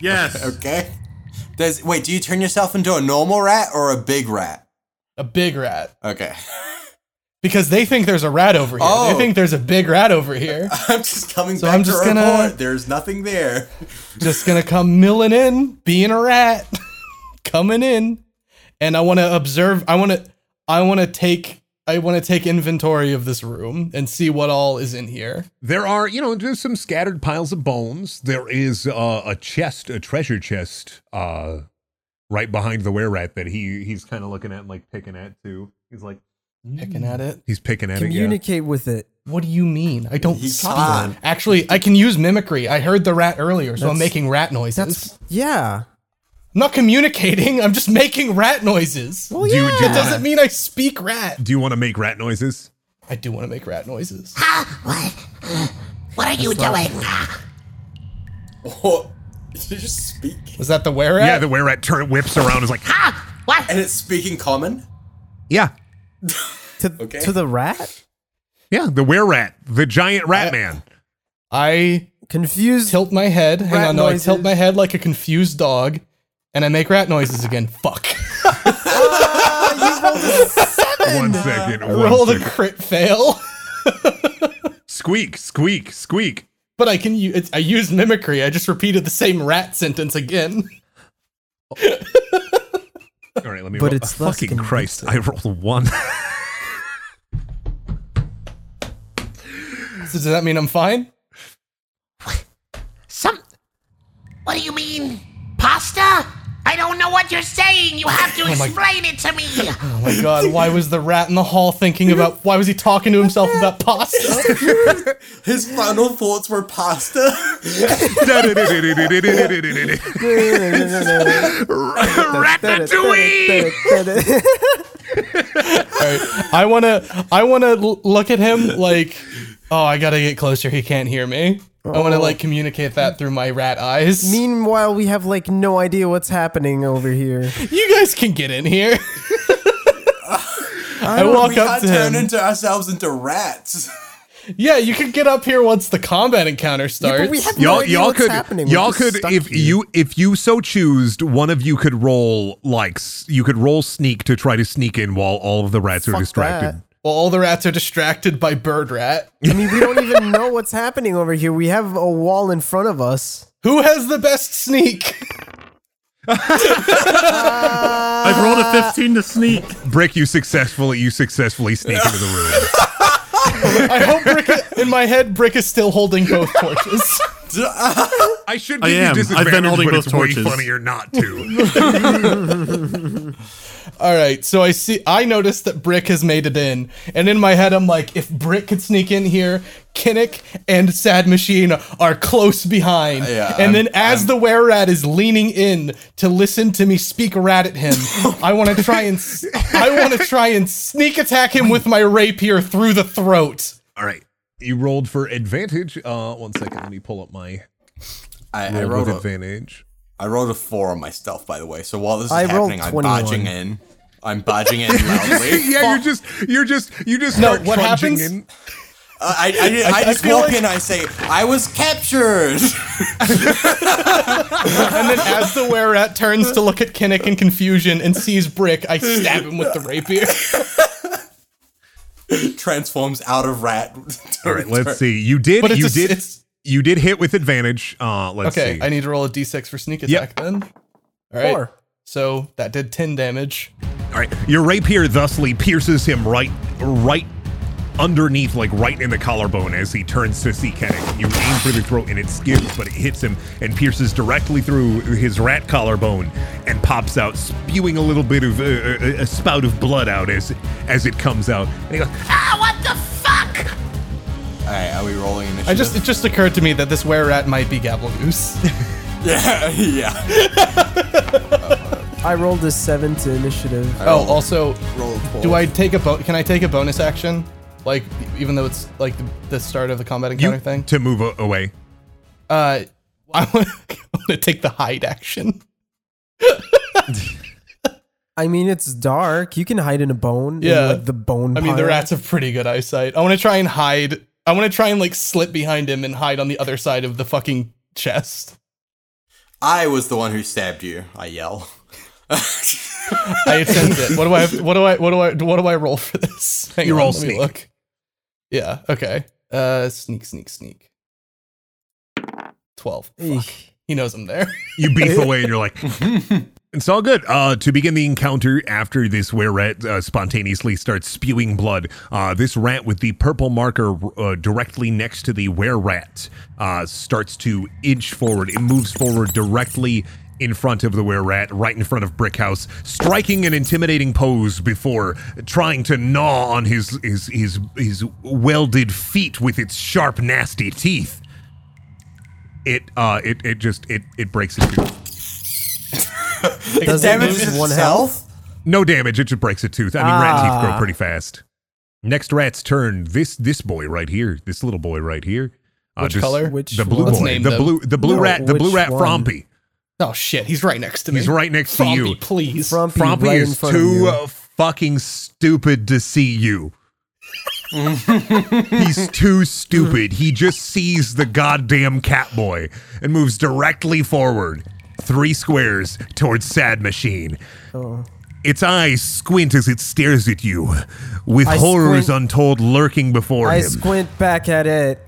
Speaker 3: Yes.
Speaker 6: Okay. Does wait? Do you turn yourself into a normal rat or a big rat?
Speaker 5: A big rat.
Speaker 6: Okay.
Speaker 5: Because they think there's a rat over here.
Speaker 6: Oh.
Speaker 5: They think there's a big rat over here.
Speaker 6: I'm just coming
Speaker 5: So
Speaker 6: back
Speaker 5: I'm
Speaker 6: to
Speaker 5: just
Speaker 6: report.
Speaker 5: gonna-
Speaker 6: There's nothing there.
Speaker 5: Just gonna come milling in, being a rat, coming in, and I want to observe. I want to. I want to take. I want to take inventory of this room and see what all is in here.
Speaker 2: There are, you know, just some scattered piles of bones. There is uh, a chest, a treasure chest, uh, right behind the were rat that he he's kind of looking at and like picking at too. He's like
Speaker 5: Picking at it.
Speaker 2: he's picking at it.
Speaker 1: Communicate with it.
Speaker 5: What do you mean? I don't
Speaker 6: He's
Speaker 5: speak.
Speaker 6: gone.
Speaker 5: Actually, I can use mimicry. I heard the rat earlier, so I'm
Speaker 1: That's-
Speaker 5: making rat noises.
Speaker 1: That's yeah.
Speaker 5: I'm not communicating. I'm just making rat noises.
Speaker 1: Well,
Speaker 2: Do you-
Speaker 1: yeah.
Speaker 2: do you
Speaker 5: That doesn't mean I speak rat.
Speaker 2: Yeah. Do you want to make rat noises?
Speaker 5: I do want to make rat noises.
Speaker 1: Ah!
Speaker 7: What are you doing?
Speaker 6: Or did you just speak?
Speaker 5: Was that the were rat?
Speaker 2: Yeah, the were rat turn whips around. Is like ha.
Speaker 6: And it's speaking common.
Speaker 2: Yeah,
Speaker 1: to,
Speaker 6: Okay.
Speaker 1: to the rat?
Speaker 2: yeah. The were rat, the giant rat man.
Speaker 5: I
Speaker 1: Confused.
Speaker 5: tilt my head. Hang
Speaker 1: Rat
Speaker 5: on, no,
Speaker 1: noises.
Speaker 5: I tilt my head like a confused dog, and I make rat noises again. Fuck.
Speaker 2: One second.
Speaker 5: I
Speaker 2: one
Speaker 5: rolled a
Speaker 2: second.
Speaker 5: crit fail,
Speaker 2: Squeak, squeak, squeak.
Speaker 5: but I can. u- It's, I used mimicry. I just repeated the same rat sentence again.
Speaker 2: All right, let me.
Speaker 1: But
Speaker 2: roll.
Speaker 1: it's less
Speaker 2: fucking Christ. I rolled a one.
Speaker 5: So does that mean I'm fine?
Speaker 7: Some. What do you mean? Pasta? I don't know what you're saying. You have to explain it to me.
Speaker 5: Oh my god, why was the rat in the hall thinking about why was he talking to himself about pasta?
Speaker 6: His final thoughts were pasta.
Speaker 2: Ratatouille.
Speaker 5: Alright, I wanna I wanna l- look at him like oh I gotta get closer, he can't hear me. I wanna like communicate that through my rat eyes.
Speaker 1: Meanwhile, we have like no idea what's happening over here.
Speaker 5: you guys can get in here. I,
Speaker 6: we
Speaker 5: walk up
Speaker 6: can't
Speaker 5: to
Speaker 6: turn
Speaker 5: him.
Speaker 6: into ourselves into rats.
Speaker 5: yeah, you can get up here once the combat encounter starts.
Speaker 1: But we have no
Speaker 2: y'all,
Speaker 1: idea
Speaker 2: y'all
Speaker 1: what's
Speaker 2: could,
Speaker 1: happening. We're
Speaker 2: y'all
Speaker 1: just
Speaker 2: could,
Speaker 1: stuck
Speaker 2: if
Speaker 1: here.
Speaker 2: you, if you so choosed, one of you could roll like s- you could roll sneak to try to sneak in while all of the rats are
Speaker 1: Fuck
Speaker 2: distracted.
Speaker 5: well, all the rats are distracted by bird rat.
Speaker 1: I mean, we don't even know what's happening over here. We have a wall in front of us.
Speaker 5: Who has the best sneak?
Speaker 3: I've rolled a 15 to sneak.
Speaker 2: Brick, you successfully, you successfully sneak into the room.
Speaker 5: I hope Brick in my head Brick is still holding both torches.
Speaker 2: I should
Speaker 3: I
Speaker 2: give you
Speaker 3: am. I've been
Speaker 2: disadvantage,
Speaker 3: holding
Speaker 2: but
Speaker 3: both
Speaker 2: it's way
Speaker 3: torches.
Speaker 2: funnier not to.
Speaker 5: All right, so I see. I noticed that Brick has made it in, and in my head, I'm like, if Brick could sneak in here, Kinnick and Sad Machine are close behind.
Speaker 6: Yeah,
Speaker 5: and
Speaker 6: I'm-
Speaker 5: then as the were rat is leaning in to listen to me speak rat at him, I want to try and s- I want to try and sneak attack him with my rapier through the throat.
Speaker 2: All right. You rolled for advantage. Uh, one second. Let me pull up my
Speaker 6: I, I
Speaker 2: roll
Speaker 6: rolled
Speaker 2: with
Speaker 6: a,
Speaker 2: advantage.
Speaker 6: I rolled a four on my stealth, by the way. So while this is
Speaker 1: I rolled
Speaker 6: happening, I'm
Speaker 1: 21.
Speaker 6: barging in. I'm barging in loudly.
Speaker 2: yeah, you're just, you're just, you just.
Speaker 5: No,
Speaker 2: start
Speaker 5: what
Speaker 2: trudging
Speaker 5: happens-
Speaker 2: in.
Speaker 6: Uh, I, I, I,
Speaker 5: I- I
Speaker 6: just
Speaker 5: feel
Speaker 6: walk
Speaker 5: like-
Speaker 6: in. I say, "I was captured."
Speaker 5: And then as the were rat turns to look at Kinnick in confusion and sees Brick, I stab him with the rapier.
Speaker 6: Transforms out of rat.
Speaker 2: All right. Let's see. You did.
Speaker 5: But it's
Speaker 2: you
Speaker 5: a-
Speaker 2: did.
Speaker 5: it's-
Speaker 2: You did hit with advantage. Uh, let's
Speaker 5: Okay,
Speaker 2: see.
Speaker 5: I need to roll a d6 for sneak
Speaker 2: Yep.
Speaker 5: attack then. All right.
Speaker 1: Four.
Speaker 5: So that did 10 damage.
Speaker 2: All right, your rapier thusly pierces him right, right underneath, like right in the collarbone as he turns to see Kennick. You aim for the throat and it skips, but it hits him and pierces directly through his rat collarbone and pops out, spewing a little bit of uh, uh, a spout of blood out as as it comes out. And he goes,
Speaker 7: Ah, what the fuck?
Speaker 6: All right, are we rolling initiative?
Speaker 5: I just it just occurred to me that this were rat might be Gabble Goose. Oh,
Speaker 6: yeah, yeah.
Speaker 1: I rolled a seven to initiative.
Speaker 5: oh, also,
Speaker 6: Roll a twelve.
Speaker 5: do I take a bo- can I take a bonus action? Like even though it's like the, the start of the combat
Speaker 2: "You
Speaker 5: encounter thing?
Speaker 2: to move a- away."
Speaker 5: uh I want to take the hide action.
Speaker 1: I mean, it's dark. You can hide in a bone. in,
Speaker 5: Yeah.
Speaker 1: like the bone.
Speaker 5: I mean, the
Speaker 1: pile.
Speaker 5: rats have pretty good eyesight. I want to try and hide. I want to try and like slip behind him and hide on the other side of the fucking chest.
Speaker 6: I was the one who stabbed you. I yell.
Speaker 5: I attempt it. What do I? What do I? What do I? What do I roll for this? Hang
Speaker 2: You
Speaker 5: on,
Speaker 2: roll
Speaker 5: let me
Speaker 2: sneak.
Speaker 5: Look. Yeah. Okay. Uh, sneak, sneak, sneak. Twelve. Fuck.
Speaker 1: Eek.
Speaker 5: He knows I'm there.
Speaker 2: You beef away, and you're like, "It's all good." Uh, to begin the encounter, after this were rat uh, spontaneously starts spewing blood, uh, this rat with the purple marker uh, directly next to the were rat uh, starts to inch forward. It moves forward directly in front of the were rat, right in front of Brick House, striking an intimidating pose before trying to gnaw on his his his, his welded feet with its sharp, nasty teeth. It uh it it just it it breaks it. tooth.
Speaker 1: Does it
Speaker 6: Damage
Speaker 1: lose
Speaker 6: one
Speaker 1: one
Speaker 6: health.
Speaker 2: No damage. It just breaks a tooth. I mean, rat
Speaker 1: Ah.
Speaker 2: teeth grow pretty fast. Next rat's turn. This this boy right here. This little boy right here. Uh,
Speaker 5: Which color?
Speaker 1: Which
Speaker 2: the blue
Speaker 1: one?
Speaker 5: Let's
Speaker 2: boy.
Speaker 5: name
Speaker 2: The
Speaker 5: them.
Speaker 2: blue the blue
Speaker 1: No,
Speaker 2: rat the blue
Speaker 1: which
Speaker 2: rat
Speaker 1: one?
Speaker 2: Frompy.
Speaker 5: Oh shit! He's right next to me.
Speaker 2: He's right next to
Speaker 5: Frumpy,
Speaker 2: you.
Speaker 5: Please.
Speaker 1: Frumpy,
Speaker 2: Frompy
Speaker 1: right in
Speaker 2: is
Speaker 1: front of you.
Speaker 2: too uh, fucking stupid to see you. He's too stupid. He just sees the goddamn cat boy and moves directly forward, three squares towards Sad Machine.
Speaker 1: Oh.
Speaker 2: Its eyes squint as it stares at you, with
Speaker 1: I
Speaker 2: horrors
Speaker 1: squint-
Speaker 2: untold lurking before
Speaker 1: I
Speaker 2: him.
Speaker 1: squint back at it.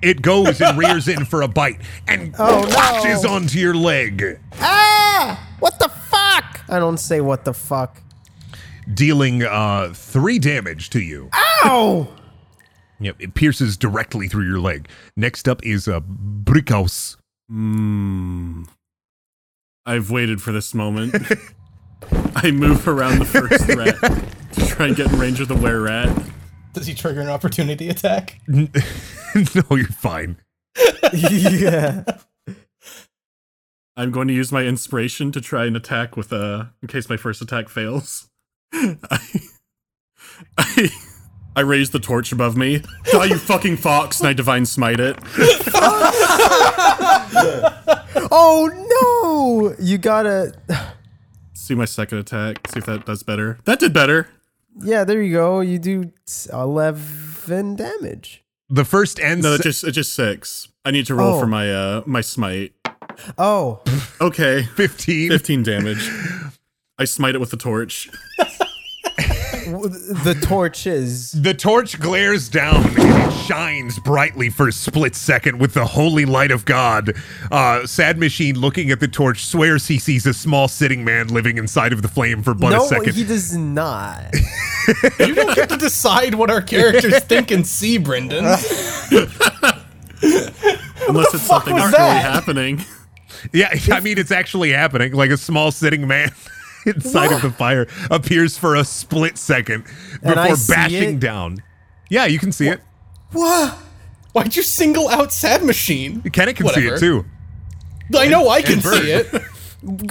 Speaker 2: it goes and rears in for a bite and
Speaker 1: Oh, no.
Speaker 2: latches onto your leg,
Speaker 1: Ah! What the fuck? I don't say what the fuck.
Speaker 2: dealing uh, three damage to you.
Speaker 1: Ow!
Speaker 2: Yep, it pierces directly through your leg. Next up is a uh, Brickhouse.
Speaker 3: I've waited for this moment. I move around the first rat to try and get in range of the were rat.
Speaker 5: Does he trigger an opportunity attack?
Speaker 2: no, you're fine.
Speaker 1: yeah.
Speaker 3: I'm going to use my inspiration to try and attack with a. In case my first attack fails, I, I, I raise the torch above me. Die, you fucking fox! And I divine smite it.
Speaker 1: Oh no! You gotta.
Speaker 3: See my second attack. See if that does better. That did better.
Speaker 1: Yeah, there you go. You do eleven damage.
Speaker 2: The first and
Speaker 3: No,
Speaker 2: se-
Speaker 3: it's just it's just six. I need to roll
Speaker 1: Oh.
Speaker 3: for my uh my smite.
Speaker 1: Oh,
Speaker 3: Okay,
Speaker 2: 15.
Speaker 3: fifteen damage. I smite it with the torch.
Speaker 1: w- the torches.
Speaker 2: The torch glares down and it shines brightly for a split second with the holy light of God. Uh, Sad Machine, looking at the torch, swears he sees a small sitting man living inside of the flame for but a
Speaker 1: no,
Speaker 2: second.
Speaker 1: he does not.
Speaker 5: You don't get to decide what our characters think and see, Brendan.
Speaker 3: Unless it's
Speaker 5: fuck
Speaker 3: something
Speaker 5: was
Speaker 3: actually
Speaker 5: that?
Speaker 3: happening.
Speaker 2: Yeah, I mean, it's actually happening. Like a small sitting man inside of the fire appears for a split second
Speaker 1: And I
Speaker 2: before
Speaker 1: see
Speaker 2: bashing
Speaker 1: it?
Speaker 2: down. Yeah, you can see it.
Speaker 5: What? Why'd you single out Sad Machine?
Speaker 2: Kenneth can see
Speaker 5: Whatever.
Speaker 2: it too.
Speaker 5: I know I can
Speaker 2: Bird.
Speaker 5: see it.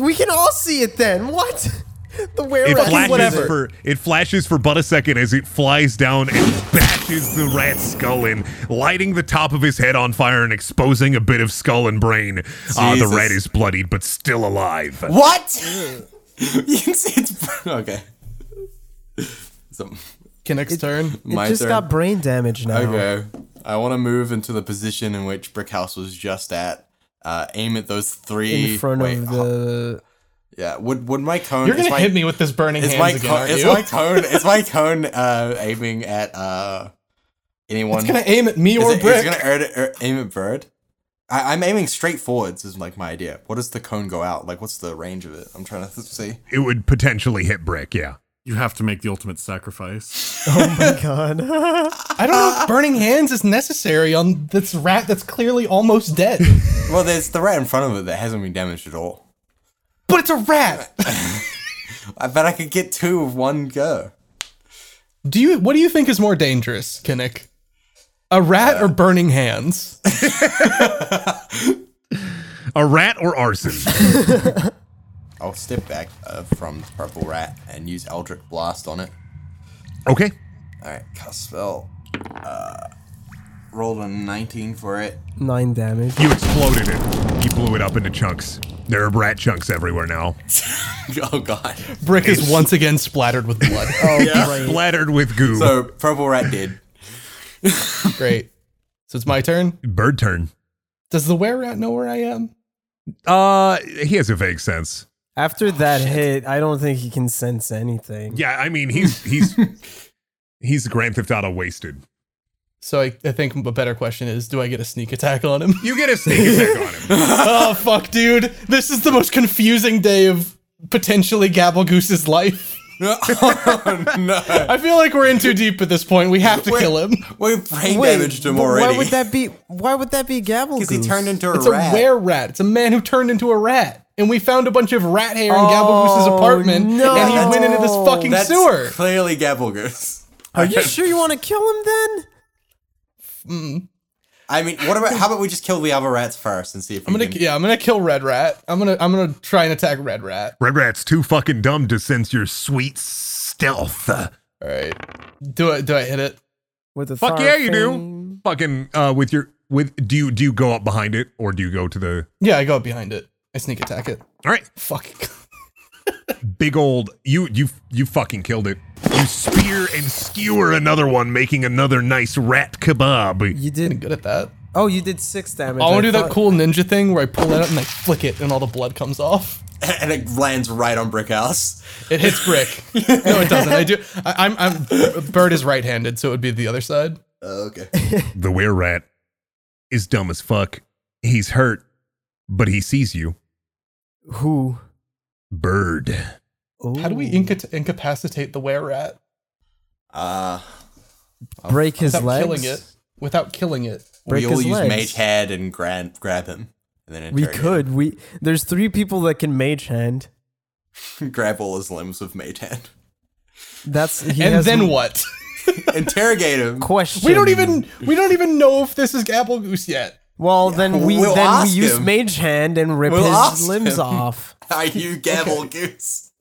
Speaker 1: We can all see it then. What? The where
Speaker 2: It flashes
Speaker 5: whatever.
Speaker 2: for it flashes for but a second as it flies down and bashes the rat's skull in, lighting the top of his head on fire and exposing a bit of skull and brain. Uh, the
Speaker 6: Jesus.
Speaker 2: rat is bloodied but still alive.
Speaker 6: What? you can see it's okay. So,
Speaker 5: Kinnick's turn.
Speaker 1: It
Speaker 6: my
Speaker 1: just
Speaker 6: turn.
Speaker 1: got brain damage now.
Speaker 6: Okay.
Speaker 5: Uh-huh.
Speaker 6: I want to move into the position in which Brick House was just at. Uh, aim at those three.
Speaker 1: In front
Speaker 6: wait,
Speaker 1: of
Speaker 6: ho-
Speaker 1: the
Speaker 6: yeah. Would would my cone?
Speaker 5: You're
Speaker 6: is
Speaker 5: gonna
Speaker 6: my,
Speaker 5: hit me with this burning
Speaker 6: Is
Speaker 5: hands
Speaker 6: my,
Speaker 5: again,
Speaker 6: co-
Speaker 5: aren't
Speaker 6: is
Speaker 5: you?
Speaker 6: my cone? Is my cone uh, aiming at uh, anyone?
Speaker 5: it's gonna aim at me
Speaker 6: Is
Speaker 5: or
Speaker 6: it- is it
Speaker 5: Brick.
Speaker 6: gonna air- air- aim at Bird? I, I'm aiming straight forwards. Is like my idea. What does the cone go out? Like, what's the range of it? I'm trying to see.
Speaker 2: It would potentially hit brick. Yeah.
Speaker 3: You have to make the ultimate sacrifice.
Speaker 1: Oh my god.
Speaker 5: I don't know if burning hands is necessary on this rat that's clearly almost dead.
Speaker 6: Well, there's the rat in front of it that hasn't been damaged at all.
Speaker 5: but it's a rat.
Speaker 6: I bet I could get two of one go.
Speaker 5: Do you? What do you think is more dangerous, Kinnick? A rat or burning hands?
Speaker 2: A rat or arson?
Speaker 6: I'll step back uh, from the purple rat and use Eldritch Blast on it.
Speaker 2: Okay.
Speaker 6: All right, cast spell. Uh, rolled a 19 for it.
Speaker 1: Nine damage.
Speaker 2: You exploded it. You blew it up into chunks. There are rat chunks everywhere now.
Speaker 6: oh god.
Speaker 5: Brick is once again splattered with blood.
Speaker 1: Oh great.
Speaker 2: Splattered with goo.
Speaker 6: So purple rat did.
Speaker 5: Great. So it's my turn.
Speaker 2: Bird turn.
Speaker 5: Does the were rat know where I am?
Speaker 2: Uh, he has a vague sense.
Speaker 1: After that hit, I don't think he can sense anything.
Speaker 2: Yeah, I mean, he's he's he's Grand Theft Auto wasted.
Speaker 5: So I, I think a better question is, do I get a sneak attack on him?
Speaker 2: You get a sneak attack on him.
Speaker 5: oh fuck, dude! This is the most confusing day of potentially Gabblegoose's life.
Speaker 6: oh no.
Speaker 5: I feel like we're in too deep at this point. We have to kill him.
Speaker 6: We brain
Speaker 1: Wait,
Speaker 6: damaged him
Speaker 1: but
Speaker 6: already.
Speaker 1: Why would that be? Why would that be Gavel?
Speaker 6: Because he turned into a
Speaker 5: It's
Speaker 6: rat.
Speaker 5: a were rat. It's a man who turned into a rat. And we found a bunch of rat hair in Gabblegoose's
Speaker 1: Oh,
Speaker 5: apartment.
Speaker 1: no.
Speaker 5: And he went into this fucking
Speaker 6: That's
Speaker 5: sewer.
Speaker 6: clearly Gabblegoose.
Speaker 1: Are you sure you want to kill him then?
Speaker 6: I mean, what about how about we just kill the other rats first and see if
Speaker 5: I'm
Speaker 6: we
Speaker 5: gonna
Speaker 6: can-
Speaker 5: yeah, I'm gonna kill Red Rat. I'm gonna I'm gonna try and attack Red Rat.
Speaker 2: Red Rat's too fucking dumb to sense your sweet stealth. Fuck
Speaker 5: Alright. Do I do I hit it?
Speaker 1: With a
Speaker 2: yeah, you do. Fucking uh, with your with do you do you go up behind it or do you go to the?
Speaker 5: Yeah, I go up behind it. I sneak attack it.
Speaker 2: All right,
Speaker 5: Fuck.
Speaker 2: big old you you you fucking killed it. You spear and skewer another one, making another nice rat kebab.
Speaker 1: You
Speaker 5: I'm
Speaker 1: did.
Speaker 5: good at that.
Speaker 1: Oh, you did six damage.
Speaker 5: I wanna do that
Speaker 1: thought-
Speaker 5: cool ninja thing where I pull it out and I flick it and all the blood comes off.
Speaker 6: and it lands right on Brickhouse.
Speaker 5: It hits brick. no, it doesn't. I do I, I'm I'm Bird is right handed, so it would be the other side.
Speaker 6: Oh, okay.
Speaker 2: The were rat is dumb as fuck. He's hurt, but he sees you.
Speaker 1: Who?
Speaker 2: Bird.
Speaker 5: How do we inca- incapacitate the were rat?
Speaker 6: Uh,
Speaker 1: break his
Speaker 5: without
Speaker 1: legs?
Speaker 5: killing it. Without killing it.
Speaker 1: Break
Speaker 6: we all
Speaker 1: his
Speaker 6: use
Speaker 1: legs.
Speaker 6: mage head and grab grab him. And then
Speaker 1: We
Speaker 6: interrogate him.
Speaker 1: could. We there's three people that can mage hand.
Speaker 6: grab all his limbs with mage hand.
Speaker 1: That's he
Speaker 5: and
Speaker 1: has
Speaker 5: then
Speaker 1: a
Speaker 5: what?
Speaker 6: Interrogate him.
Speaker 1: Question.
Speaker 5: We don't even we don't even know if this is Gabble Goose yet.
Speaker 1: Well, then we
Speaker 6: We'll
Speaker 1: then we
Speaker 6: ask
Speaker 1: use
Speaker 6: him.
Speaker 1: mage hand and rip
Speaker 6: We'll ask
Speaker 1: his limbs
Speaker 6: him.
Speaker 1: off.
Speaker 6: Are you Gabble Goose?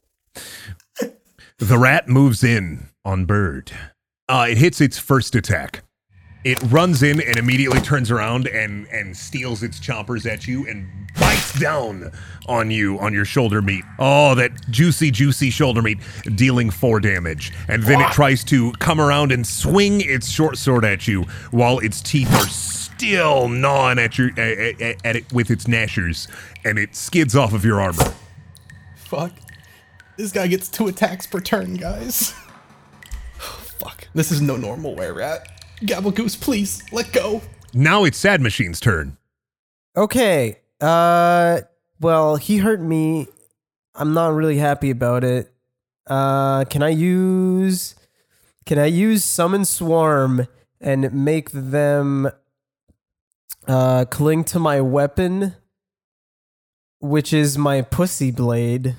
Speaker 2: The rat moves in on Bird. Uh, it hits its first attack. It runs in and immediately turns around and, and steals its chompers at you and bites down on you on your shoulder meat. Oh, that juicy, juicy shoulder meat, dealing four damage. And then it tries to come around and swing its short sword at you while its teeth are still gnawing at your at, at, at it with its gnashers, and it skids off of your armor.
Speaker 5: Fuck. This guy gets two attacks per turn, guys. Fuck. This is no normal were rat. Gabble Goose, please, let go.
Speaker 2: Now it's Sad Machine's turn.
Speaker 1: Okay. Uh well, he hurt me. I'm not really happy about it. Uh can I use can I use summon swarm and make them Uh, cling to my weapon, which is my pussy blade.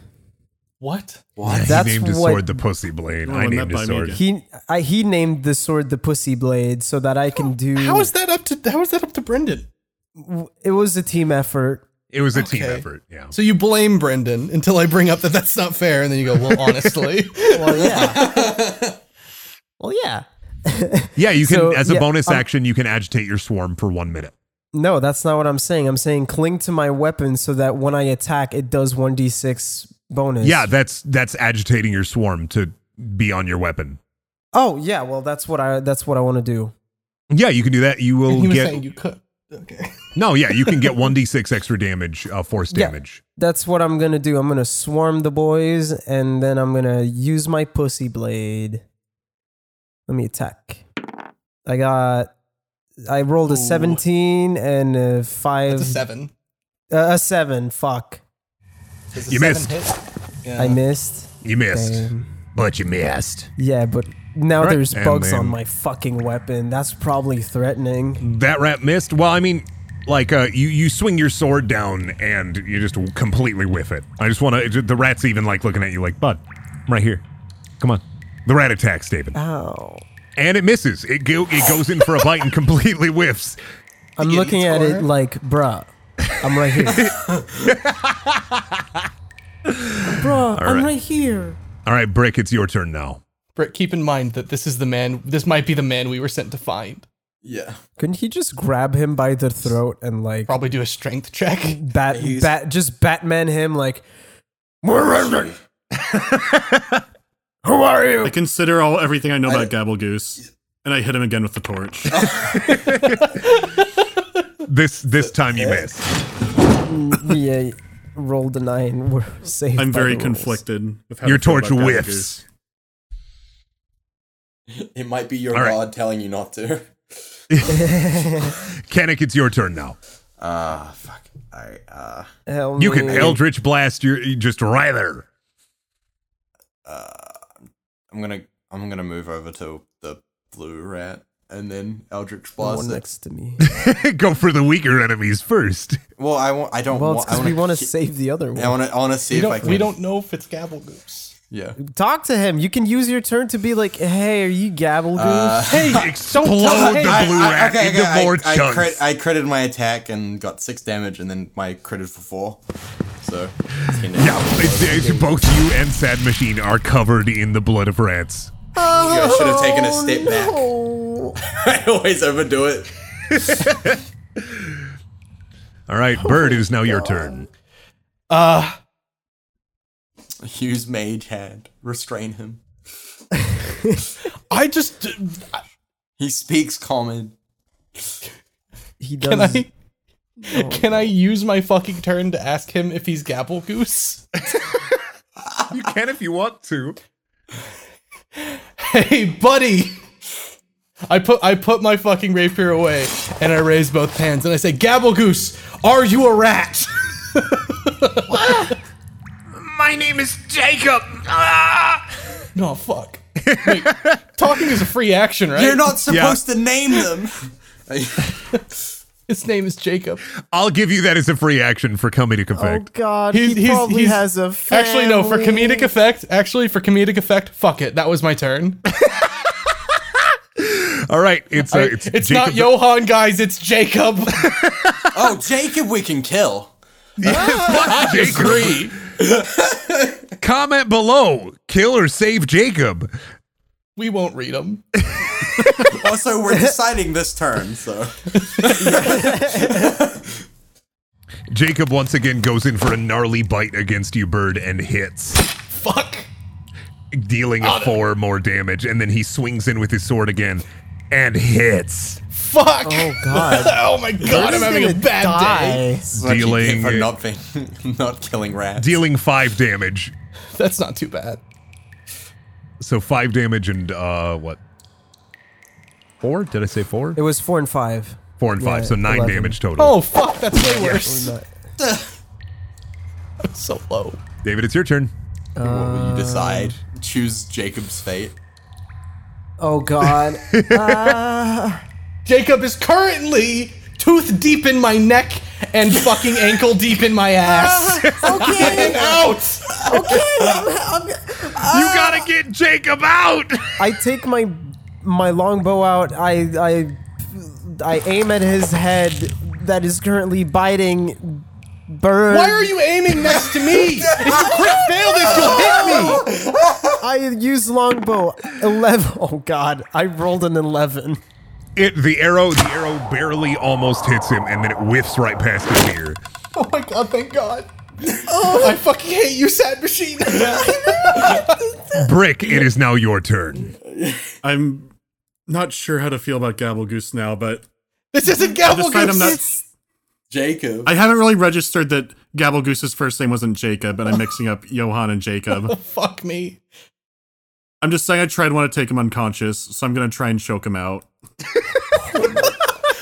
Speaker 5: What?
Speaker 2: Yeah,
Speaker 1: That's
Speaker 2: he named his
Speaker 1: what-
Speaker 2: sword the Pussy Blade.
Speaker 3: Oh,
Speaker 2: I
Speaker 3: and
Speaker 2: named
Speaker 3: that
Speaker 2: his
Speaker 3: by me
Speaker 2: sword.
Speaker 3: again.
Speaker 1: He I, he named the sword the pussy blade so that I can do.
Speaker 5: How is that up to how is that up to Brendan?
Speaker 1: it was a team effort.
Speaker 2: It was a team
Speaker 5: Okay.
Speaker 2: effort. Yeah.
Speaker 5: So you blame Brendan until I bring up that that's not fair, and then you go, "Well, honestly,
Speaker 1: Well, yeah. well, yeah.
Speaker 2: Yeah, you can
Speaker 1: So,
Speaker 2: as a
Speaker 1: yeah,
Speaker 2: bonus
Speaker 1: um,
Speaker 2: action, you can agitate your swarm for one minute.
Speaker 1: No, that's not what I'm saying. I'm saying cling to my weapon so that when I attack, it does 1d6 bonus.
Speaker 2: Yeah, that's that's agitating your swarm to be on your weapon.
Speaker 1: Oh yeah. Well, that's what I that's what I want to do.
Speaker 2: Yeah, you can do that. You will
Speaker 5: he was
Speaker 2: get
Speaker 5: saying you could." Okay.
Speaker 2: no. Yeah, you can get one d six extra damage, uh, force
Speaker 1: Yeah.
Speaker 2: damage.
Speaker 1: That's what I'm gonna do. I'm gonna swarm the boys, and then I'm gonna use my pussy blade. Let me attack. I got. I rolled a
Speaker 5: Ooh.
Speaker 1: 17 and a five.
Speaker 5: It's a seven.
Speaker 1: Uh, a seven. Fuck.
Speaker 5: It's a
Speaker 2: You
Speaker 5: seven
Speaker 2: missed.
Speaker 5: hit. Yeah.
Speaker 1: I missed.
Speaker 2: You missed,
Speaker 1: Damn.
Speaker 2: but you missed.
Speaker 1: Yeah, but now
Speaker 2: Right,
Speaker 1: there's
Speaker 2: and
Speaker 1: bugs
Speaker 2: then-
Speaker 1: on my fucking weapon. That's probably threatening.
Speaker 2: That rat missed. Well, I mean, like uh, you you swing your sword down and you just completely whiff it. I just want to. The rat's even like looking at you, like bud, I'm right here. Come on. The rat attacks David,
Speaker 1: Ow.
Speaker 2: and it misses. It go, it goes in for a bite and completely whiffs.
Speaker 1: I'm looking at it like, bruh, I'm right here. bruh, Uh, I'm right here.
Speaker 2: All right, Brick, it's your turn now.
Speaker 5: Britt, keep in mind that this is the man. This might be the man we were sent to find.
Speaker 6: Yeah.
Speaker 1: Couldn't he just grab him by the throat and like
Speaker 5: Probably do a strength check.
Speaker 1: bat, bat, just Batman him like,
Speaker 2: Who are you?
Speaker 3: I consider all everything I know about Gabble Goose, and I hit him again with the torch.
Speaker 2: This this time you miss.
Speaker 1: yeah, rolled a nine. We're safe.
Speaker 3: I'm
Speaker 1: by the
Speaker 3: very
Speaker 1: rules.
Speaker 3: conflicted. With how
Speaker 2: Your
Speaker 3: I feel
Speaker 2: torch
Speaker 3: about Gabble
Speaker 2: whiffs.
Speaker 3: Goose.
Speaker 6: It might be your
Speaker 2: All right.
Speaker 6: god telling you not to.
Speaker 2: Kennick, it's your turn now.
Speaker 6: Ah, fuck. I uh
Speaker 1: Help
Speaker 2: You can
Speaker 1: me.
Speaker 2: Eldritch Blast your you just right there.
Speaker 6: I'm gonna I'm gonna move over to the blue rat and then Eldritch
Speaker 1: The
Speaker 6: Blast.
Speaker 1: one
Speaker 6: it.
Speaker 1: next to me.
Speaker 2: Go for the weaker enemies first.
Speaker 6: Well, I want. I don't
Speaker 1: Well, it's
Speaker 6: want. I
Speaker 1: because we want
Speaker 6: wanna
Speaker 1: to
Speaker 6: ki-
Speaker 1: save the other
Speaker 6: I
Speaker 1: one.
Speaker 6: want to. I want to see
Speaker 5: We
Speaker 6: if I
Speaker 5: don't,
Speaker 6: can.
Speaker 5: we don't know if it's Gabble Goose.
Speaker 6: Yeah.
Speaker 1: Talk to him. You can use your turn to be like, "Hey, are you gabble goose?"
Speaker 6: Uh,
Speaker 5: Hey,
Speaker 2: Explode
Speaker 5: tell
Speaker 2: the
Speaker 5: me.
Speaker 2: blue
Speaker 5: I-
Speaker 2: rat into more
Speaker 6: I, I,
Speaker 2: chunks.
Speaker 6: crit, I critted my attack and got six damage, and then my critted for four. So.
Speaker 2: yeah, it's, it's- both you and Sad Machine are covered in the blood of rats.
Speaker 6: I should
Speaker 1: Oh,
Speaker 6: have taken a step back. I always overdo it.
Speaker 2: All right, Bird, it is now your turn.
Speaker 5: Uh,
Speaker 6: Use mage hand. Restrain him.
Speaker 5: I just
Speaker 6: He speaks common.
Speaker 1: He
Speaker 5: can
Speaker 1: does.
Speaker 5: I can I use my fucking turn to ask him if he's Gabble Goose?
Speaker 2: You can if you want to.
Speaker 5: Hey, buddy. I put I put my fucking rapier away and I raise both hands and I say, Gabble Goose, are you a rat?
Speaker 7: My name is Jacob. Ah!
Speaker 5: no, fuck. Wait, talking is a free action, right?
Speaker 6: You're not supposed to name them.
Speaker 5: His name is Jacob.
Speaker 2: I'll give you that as a free action for comedic
Speaker 1: Oh
Speaker 2: effect.
Speaker 1: God,
Speaker 5: He's-
Speaker 1: he
Speaker 5: he's-
Speaker 1: probably
Speaker 5: he's-
Speaker 1: has a.
Speaker 5: Actually, no. For
Speaker 1: family.
Speaker 5: comedic effect, actually for comedic effect, fuck it. That was my turn.
Speaker 2: All right, it's uh, it's,
Speaker 5: It's
Speaker 2: Jacob
Speaker 5: not Johan, guys. It's Jacob.
Speaker 6: oh, Jacob, we can kill.
Speaker 2: Fuck Jacob. Comment below, kill or save Jacob.
Speaker 5: we won't read him.
Speaker 6: Also, we're deciding this turn, so.
Speaker 2: Jacob once again goes in for a gnarly bite against you, Bird, and hits,
Speaker 5: Fuck.
Speaker 2: dealing a four more damage. And then he swings in with his sword again and hits,
Speaker 5: Fuck.
Speaker 1: Oh God,
Speaker 5: Oh my god, I'm
Speaker 1: He's
Speaker 5: having a
Speaker 1: gonna
Speaker 5: bad day.
Speaker 1: die.
Speaker 2: dealing
Speaker 6: for not being, not killing rats.
Speaker 2: dealing five damage.
Speaker 5: That's not too bad.
Speaker 2: So five damage and uh what? Four? Did I say four?
Speaker 1: It was four and five.
Speaker 2: Four and five,
Speaker 1: yeah,
Speaker 2: so nine
Speaker 1: 11.
Speaker 2: damage total.
Speaker 5: Oh fuck, that's way worse.
Speaker 1: But
Speaker 5: I'm so low.
Speaker 2: David, it's your turn.
Speaker 6: what will you decide? Choose Jacob's fate.
Speaker 1: Oh God,
Speaker 5: Jacob is currently tooth deep in my neck and fucking ankle deep in my ass.
Speaker 8: Okay,
Speaker 5: Out!
Speaker 8: okay. I'm, I'm,
Speaker 4: You gotta get Jacob out!
Speaker 1: I take my my longbow out. I I I aim at his head that is currently biting bird.
Speaker 5: Why are you aiming next to me? If you crit fail this, you'll hit me!
Speaker 1: I use longbow. Eleven. Oh God! I rolled an eleven.
Speaker 2: It the arrow the arrow barely almost hits him, and then it whiffs right past his ear.
Speaker 5: Oh my god, thank god. I fucking hate you, sad machine.
Speaker 2: Brick, it is now your turn.
Speaker 3: I'm not sure how to feel about Gabble Goose now, but
Speaker 5: this isn't
Speaker 3: I
Speaker 5: Gavel
Speaker 3: just find I'm
Speaker 5: Goose.
Speaker 3: not.
Speaker 6: Jacob.
Speaker 3: I haven't really registered that Gabble Goose's first name wasn't Jacob, and I'm mixing up Johan and Jacob.
Speaker 5: Fuck me.
Speaker 3: I'm just saying I tried want to take him unconscious, so I'm gonna try and choke him out.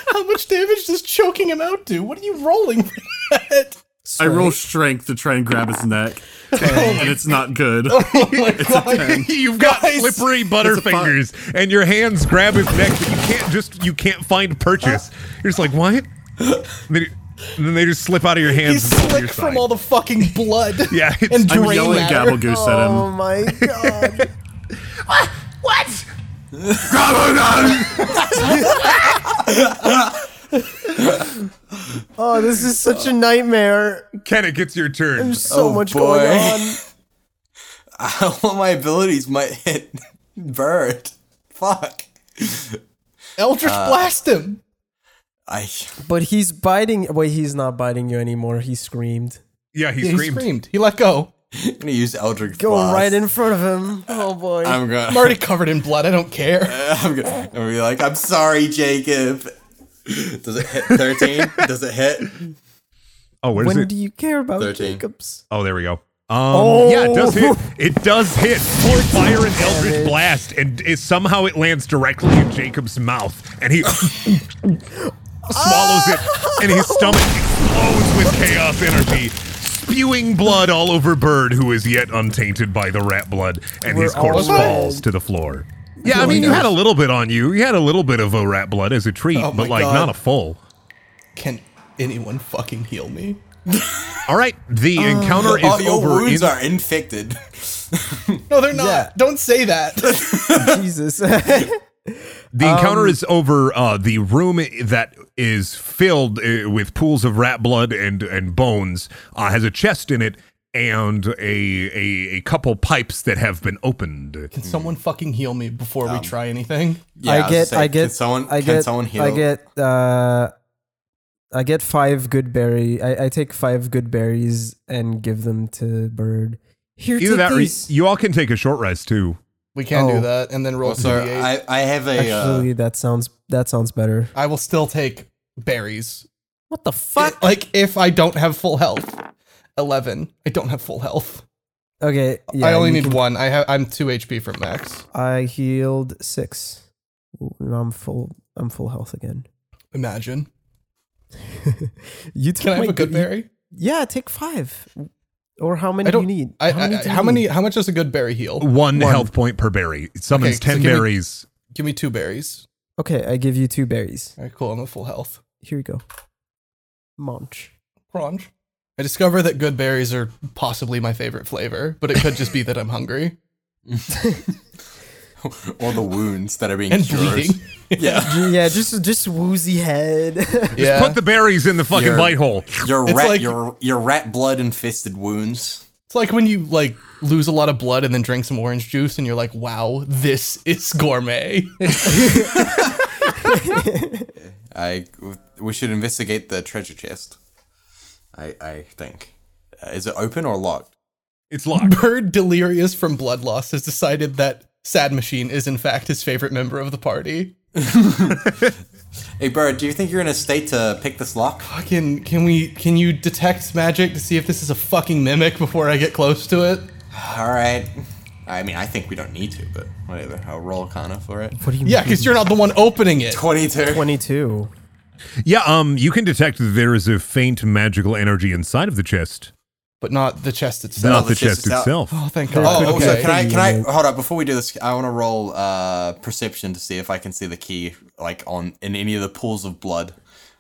Speaker 5: How much damage does choking him out do? What are you rolling for that?
Speaker 3: I roll strength to try and grab his neck, and it's not good.
Speaker 5: Oh my god.
Speaker 2: You've got
Speaker 5: Guys,
Speaker 2: slippery butterfingers, and your hands grab his neck, but you can't just you can't find purchase. You're just like what? And then, you- and then they just slip out of your hands.
Speaker 5: He's
Speaker 2: and fall to your
Speaker 5: slick from
Speaker 2: side.
Speaker 5: all the fucking blood.
Speaker 2: yeah. It's,
Speaker 5: And
Speaker 3: I'm
Speaker 5: drain
Speaker 3: yelling
Speaker 5: matter.
Speaker 3: Gabble Goose at
Speaker 1: Oh
Speaker 3: him.
Speaker 1: my God!
Speaker 7: What? What?
Speaker 1: Oh, this is such a nightmare.
Speaker 2: Ken, it gets your turn.
Speaker 1: There's so
Speaker 6: Oh,
Speaker 1: much
Speaker 6: boy.
Speaker 1: going on.
Speaker 6: All my abilities might hit Bird. Fuck.
Speaker 5: Eldritch blast him.
Speaker 6: I
Speaker 1: But he's biting. Wait, he's not biting you anymore. He screamed.
Speaker 2: Yeah, he
Speaker 5: He
Speaker 2: screamed.
Speaker 5: screamed. He let go.
Speaker 6: I'm gonna use Eldritch
Speaker 1: Go
Speaker 6: Blast.
Speaker 1: right in front of him. Oh boy.
Speaker 6: I'm gonna.
Speaker 5: I'm already covered in blood. I don't care.
Speaker 6: I'm gonna, I'm gonna be like, I'm sorry, Jacob. Does it hit 13? Does it hit?
Speaker 2: Oh, where's
Speaker 1: when
Speaker 2: it?
Speaker 1: do you care about
Speaker 6: 13.
Speaker 1: Jacobs?
Speaker 2: Oh, there we go. Um, Yeah, it does hit. It does hit. You fire an eldritch blast, and it, somehow it lands directly in Jacob's mouth, and he swallows it, and his stomach explodes with chaos energy, spewing blood all over Bird, who is yet untainted by the rat blood, and his
Speaker 1: We're all
Speaker 2: corpse
Speaker 1: dead.
Speaker 2: falls to the floor. Yeah, I mean, you had a little bit on you. You had a little bit of a rat blood as a treat,
Speaker 5: Oh
Speaker 2: but
Speaker 5: my
Speaker 2: like
Speaker 5: God.
Speaker 2: not a full.
Speaker 5: Can anyone fucking heal me?
Speaker 2: All right, the encounter is
Speaker 6: All your
Speaker 2: over.
Speaker 6: wounds
Speaker 2: in-
Speaker 6: are infected.
Speaker 5: No, they're not.
Speaker 1: Yeah.
Speaker 5: Don't say that.
Speaker 1: Jesus. oh
Speaker 2: The encounter is over. Uh, the room that is filled uh, with pools of rat blood and and bones uh, has a chest in it and a, a a couple pipes that have been opened.
Speaker 5: Can someone fucking heal me before we try anything?
Speaker 6: Yeah,
Speaker 1: I
Speaker 6: was
Speaker 1: get.
Speaker 6: gonna say,
Speaker 1: I get.
Speaker 6: Can someone,
Speaker 1: I
Speaker 6: can
Speaker 1: get.
Speaker 6: someone heal?
Speaker 1: I get. Uh, I get five good berry. I, I take five good berries and give them to Bird. Here,
Speaker 2: Either
Speaker 1: take
Speaker 2: that, or y-
Speaker 1: these.
Speaker 2: you all can take a short rest too.
Speaker 5: We can
Speaker 1: Oh.
Speaker 5: do that and then roll two
Speaker 6: So
Speaker 5: d8.
Speaker 6: I, I have a. Uh,
Speaker 1: Actually, that sounds. That sounds better.
Speaker 5: I will still take berries.
Speaker 1: What the fuck?
Speaker 5: Like if I don't have full health. 11. I don't have full health.
Speaker 1: Okay. Yeah,
Speaker 5: I only
Speaker 1: you
Speaker 5: need
Speaker 1: can-
Speaker 5: one. I have I'm 2 HP from max.
Speaker 1: I healed six. Ooh, Now I'm full. I'm full health again.
Speaker 5: Imagine.
Speaker 1: You took
Speaker 5: Can I have
Speaker 1: Oh my
Speaker 5: a good
Speaker 1: you-
Speaker 5: berry?
Speaker 1: Yeah, take five. Or how
Speaker 5: I
Speaker 1: many do
Speaker 5: don't-
Speaker 1: you need?
Speaker 5: I, I,
Speaker 1: do you
Speaker 5: how
Speaker 1: need?
Speaker 5: many how much does a good berry heal?
Speaker 2: One, health point per berry. It summons
Speaker 5: Okay, so
Speaker 2: ten
Speaker 5: give me-
Speaker 2: berries.
Speaker 5: Give me 2 berries.
Speaker 1: Okay, I give you two berries.
Speaker 5: All right, cool. I'm at full health.
Speaker 1: Here you go. Munch.
Speaker 5: Crunch. I discover that good berries are possibly my favorite flavor, but it could just be that I'm hungry
Speaker 6: all the wounds that are being
Speaker 5: and
Speaker 6: cured.
Speaker 5: bleeding.
Speaker 6: Yeah.
Speaker 1: Yeah, just just woozy head.
Speaker 5: yeah.
Speaker 2: Put the berries in the fucking
Speaker 6: You're-
Speaker 2: bite hole.
Speaker 6: Your
Speaker 5: It's
Speaker 6: rat,
Speaker 5: like-
Speaker 6: your your rat blood infested wounds.
Speaker 5: It's like when you like lose a lot of blood and then drink some orange juice and you're like, "Wow, this is gourmet."
Speaker 6: I we should investigate the treasure chest. I I think. Uh, is it open or locked?
Speaker 2: It's locked.
Speaker 5: Bird delirious from blood loss has decided that Sad Machine is in fact his favorite member of the party.
Speaker 6: Hey, Bird, do you think you're in a state to pick this lock?
Speaker 5: Fucking can we can you detect magic to see if this is a fucking mimic before I get close to it?
Speaker 6: All right. I mean, I think we don't need to, but whatever. I'll roll kind of for it.
Speaker 1: what do you
Speaker 5: Yeah, cuz you're not the one opening it.
Speaker 6: Twenty-two.
Speaker 1: Twenty-two.
Speaker 2: Yeah, um, you can detect that there is a faint magical energy inside of the chest,
Speaker 5: But not the chest
Speaker 2: not
Speaker 5: itself.
Speaker 2: the, chest
Speaker 6: is out.
Speaker 2: itself.
Speaker 5: oh, thank
Speaker 1: Oh,
Speaker 5: God.
Speaker 6: Oh, also,
Speaker 5: okay.
Speaker 6: can I can I hold up before we do this? I want to roll uh, perception to see if I can see the key, like on in any of the pools of blood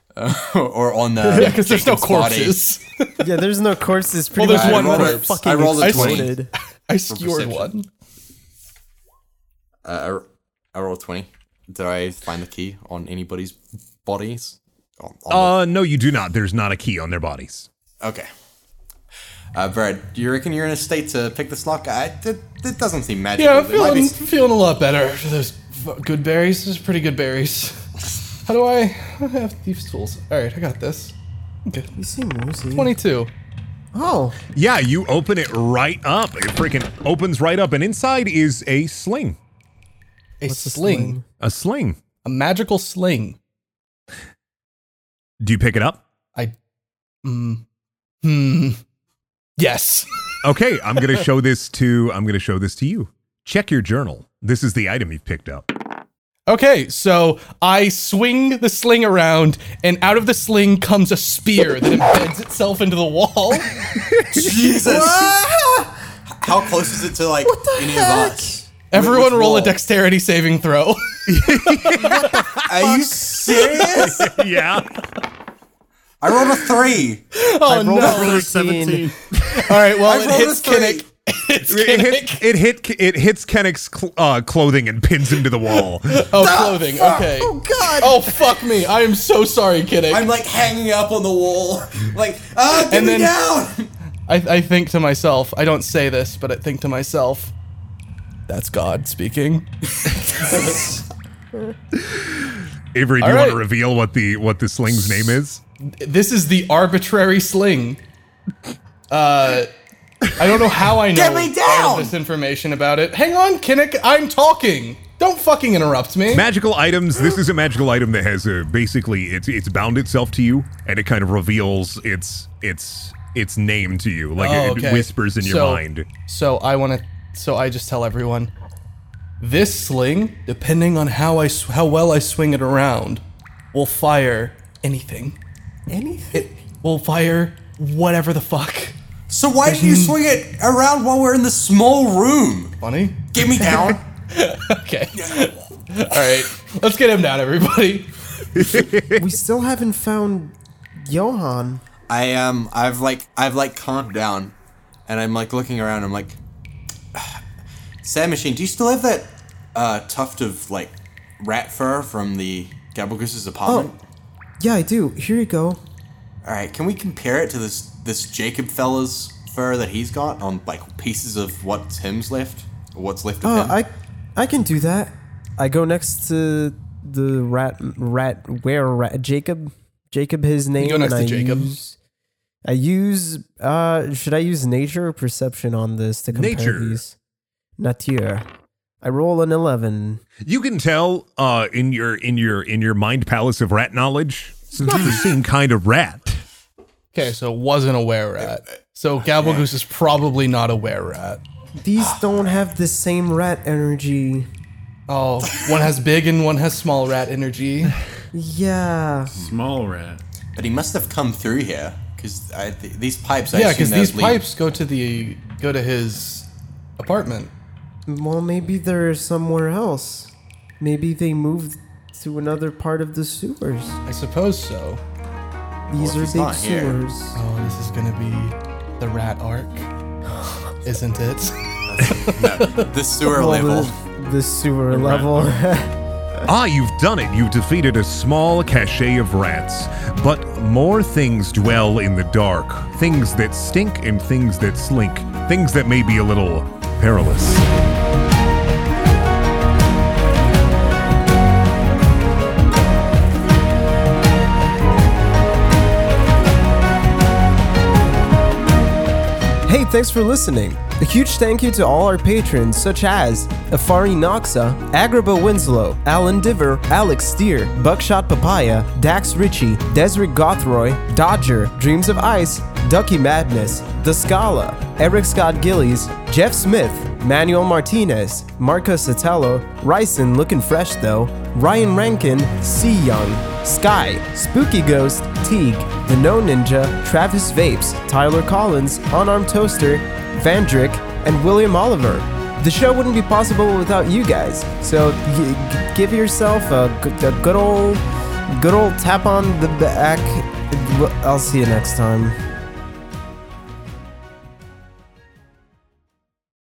Speaker 6: or on the
Speaker 5: Yeah, because there's no
Speaker 6: Jacob's body.
Speaker 5: corpses.
Speaker 1: Yeah, there's no corpses. Pretty
Speaker 5: Well, there's
Speaker 1: much
Speaker 5: one
Speaker 1: everyone
Speaker 5: corpse.
Speaker 1: fucking
Speaker 6: I rolled a
Speaker 1: gets
Speaker 6: 20.
Speaker 1: exploded.
Speaker 5: I skewered
Speaker 6: perception.
Speaker 5: one.
Speaker 6: Uh, I, I rolled twenty. Did I find the key on anybody's bodies? On, on
Speaker 2: Uh, no, you do not. There's not a key on their bodies.
Speaker 5: Oh.
Speaker 6: the- okay. Uh, Brad, do you reckon you're in a state to pick this lock? I, it, it doesn't seem magical.
Speaker 5: Yeah, I'm
Speaker 6: There might
Speaker 5: feeling,
Speaker 6: be-
Speaker 5: feeling a lot better after those f- good berries. Those are pretty good berries. How do I I have these tools? All right, I got this. Okay,
Speaker 1: You seem woozy.
Speaker 6: Hmm.
Speaker 5: 22.
Speaker 1: Oh,
Speaker 2: Yeah, you open it right up. It freaking opens right up, and inside is a sling.
Speaker 5: A
Speaker 1: What's a
Speaker 5: sling.
Speaker 1: sling?
Speaker 2: A sling.
Speaker 5: A magical sling.
Speaker 2: Do you pick it up?
Speaker 5: I. Mm, hmm. Yes.
Speaker 2: Okay, I'm gonna show this to I'm gonna show this to you. Check your journal. This is the item you've picked up.
Speaker 5: Okay, so I swing the sling around, and out of the sling comes a spear that embeds itself into the wall.
Speaker 6: Jesus! How close is it to like any of us?
Speaker 5: Everyone
Speaker 6: which
Speaker 5: roll a
Speaker 6: wall?
Speaker 5: dexterity saving throw.
Speaker 6: Are you serious?
Speaker 2: Yeah.
Speaker 6: I rolled a three.
Speaker 5: Oh no!
Speaker 1: rolled
Speaker 5: All
Speaker 3: Or
Speaker 1: 17.
Speaker 3: 17.
Speaker 5: right, well
Speaker 6: I
Speaker 5: it
Speaker 6: rolled
Speaker 5: hits
Speaker 6: a three.
Speaker 5: Kinnick. It's
Speaker 2: It
Speaker 5: Kinnick.
Speaker 2: hit, it hit it hits Kennick's cl- uh, clothing and pins him to the wall.
Speaker 5: Oh,
Speaker 6: Ah,
Speaker 5: clothing. Okay.
Speaker 8: Oh god.
Speaker 5: Oh fuck me! I am so sorry, kidding.
Speaker 6: I'm
Speaker 5: I,
Speaker 6: like hanging up on the wall, like, ah, get
Speaker 5: And
Speaker 6: me
Speaker 5: then-
Speaker 6: down.
Speaker 5: I think to myself. I don't say this, but I think to myself, that's God speaking.
Speaker 2: Avery, do
Speaker 5: All
Speaker 2: you want
Speaker 5: right.
Speaker 2: to reveal what the what the sling's name is?
Speaker 5: This is the arbitrary sling. Uh, I don't know how I know
Speaker 8: Get me
Speaker 5: all of
Speaker 8: down!
Speaker 5: this information about it. Hang on, Kinnick. I'm talking. Don't fucking interrupt me.
Speaker 2: Magical items. This is a magical item that has a basically it's it's bound itself to you and it kind of reveals its its its name to you. Like
Speaker 5: Oh,
Speaker 2: it,
Speaker 5: okay.
Speaker 2: whispers in your
Speaker 5: So-
Speaker 2: mind.
Speaker 5: So I want to. So I just tell everyone, this sling, depending on how I sw- how well I swing it around, will fire anything.
Speaker 1: anything?
Speaker 5: Will fire whatever the fuck.
Speaker 6: So why did you swing it around while we're in the small room?
Speaker 5: Funny.
Speaker 6: Get me down.
Speaker 5: Okay. All right. Let's get him down, everybody.
Speaker 1: we still haven't found Johan.
Speaker 6: I um, I've like, I've like calmed down, and I'm like looking around. I'm like, Sand Machine, do you still have that uh, tuft of like rat fur from the Gabblegoose's apartment?
Speaker 1: Yeah, I do. Here you go.
Speaker 6: All right, can we compare it to this this Jacob fella's fur that he's got on like pieces of what's him's left, or what's left of
Speaker 1: Uh,
Speaker 6: him?
Speaker 1: I, I can do that. I go next to the rat, rat, where rat, Jacob, Jacob, his name.
Speaker 5: go next
Speaker 1: and
Speaker 5: to
Speaker 1: I
Speaker 5: Jacob.
Speaker 1: Use, I use. Uh, should I use nature or perception on this to compare
Speaker 2: Nature.
Speaker 1: these? Nature. I roll an eleven.
Speaker 2: You can tell uh, in your in your in your mind palace of rat knowledge. It's not the same kind of rat.
Speaker 5: Okay, so wasn't a were rat. So Gabblegoose is probably not a were rat.
Speaker 1: These don't have the same rat energy.
Speaker 5: Oh, one has big and one has small rat energy.
Speaker 1: Yeah.
Speaker 3: Small rat.
Speaker 6: but he must have come through here because th- these pipes. I
Speaker 5: yeah,
Speaker 6: assume
Speaker 5: because
Speaker 6: those
Speaker 5: these
Speaker 6: lead-
Speaker 5: pipes go to the go to his apartment.
Speaker 1: Well, maybe they're somewhere else. Maybe they moved to another part of the sewers.
Speaker 5: I suppose so.
Speaker 1: These
Speaker 6: if
Speaker 1: are
Speaker 6: it's
Speaker 1: big
Speaker 6: not here-
Speaker 1: sewers.
Speaker 5: Oh, this is gonna be the rat arc, isn't it?
Speaker 6: The sewer
Speaker 1: Well,
Speaker 6: level.
Speaker 1: The, the sewer level.
Speaker 2: Ah, you've done it. You've defeated a small cachet of rats. But more things dwell in the dark things that stink and things that slink, things that may be a little perilous.
Speaker 1: Hey, thanks for listening. A huge thank you to all our patrons, such as Afari Noxa, Agraba Winslow, Alan Diver, Alex Steer, Buckshot Papaya, Dax Ritchie, Desiree Gothroy, Dodger, Dreams of Ice, Ducky Madness, The Scala, Eric Scott Gillies, Jeff Smith, Manuel Martinez, Marco Sotelo, Ryson looking fresh though, Ryan Rankin, C Young, Sky, Spooky Ghost, Teague, The No Ninja, Travis Vapes, Tyler Collins, Unarmed Toaster, Vandrick, and William Oliver. The show wouldn't be possible without you guys, so y- g- give yourself a, g- a good old Good old tap on the back. I'll see you next time.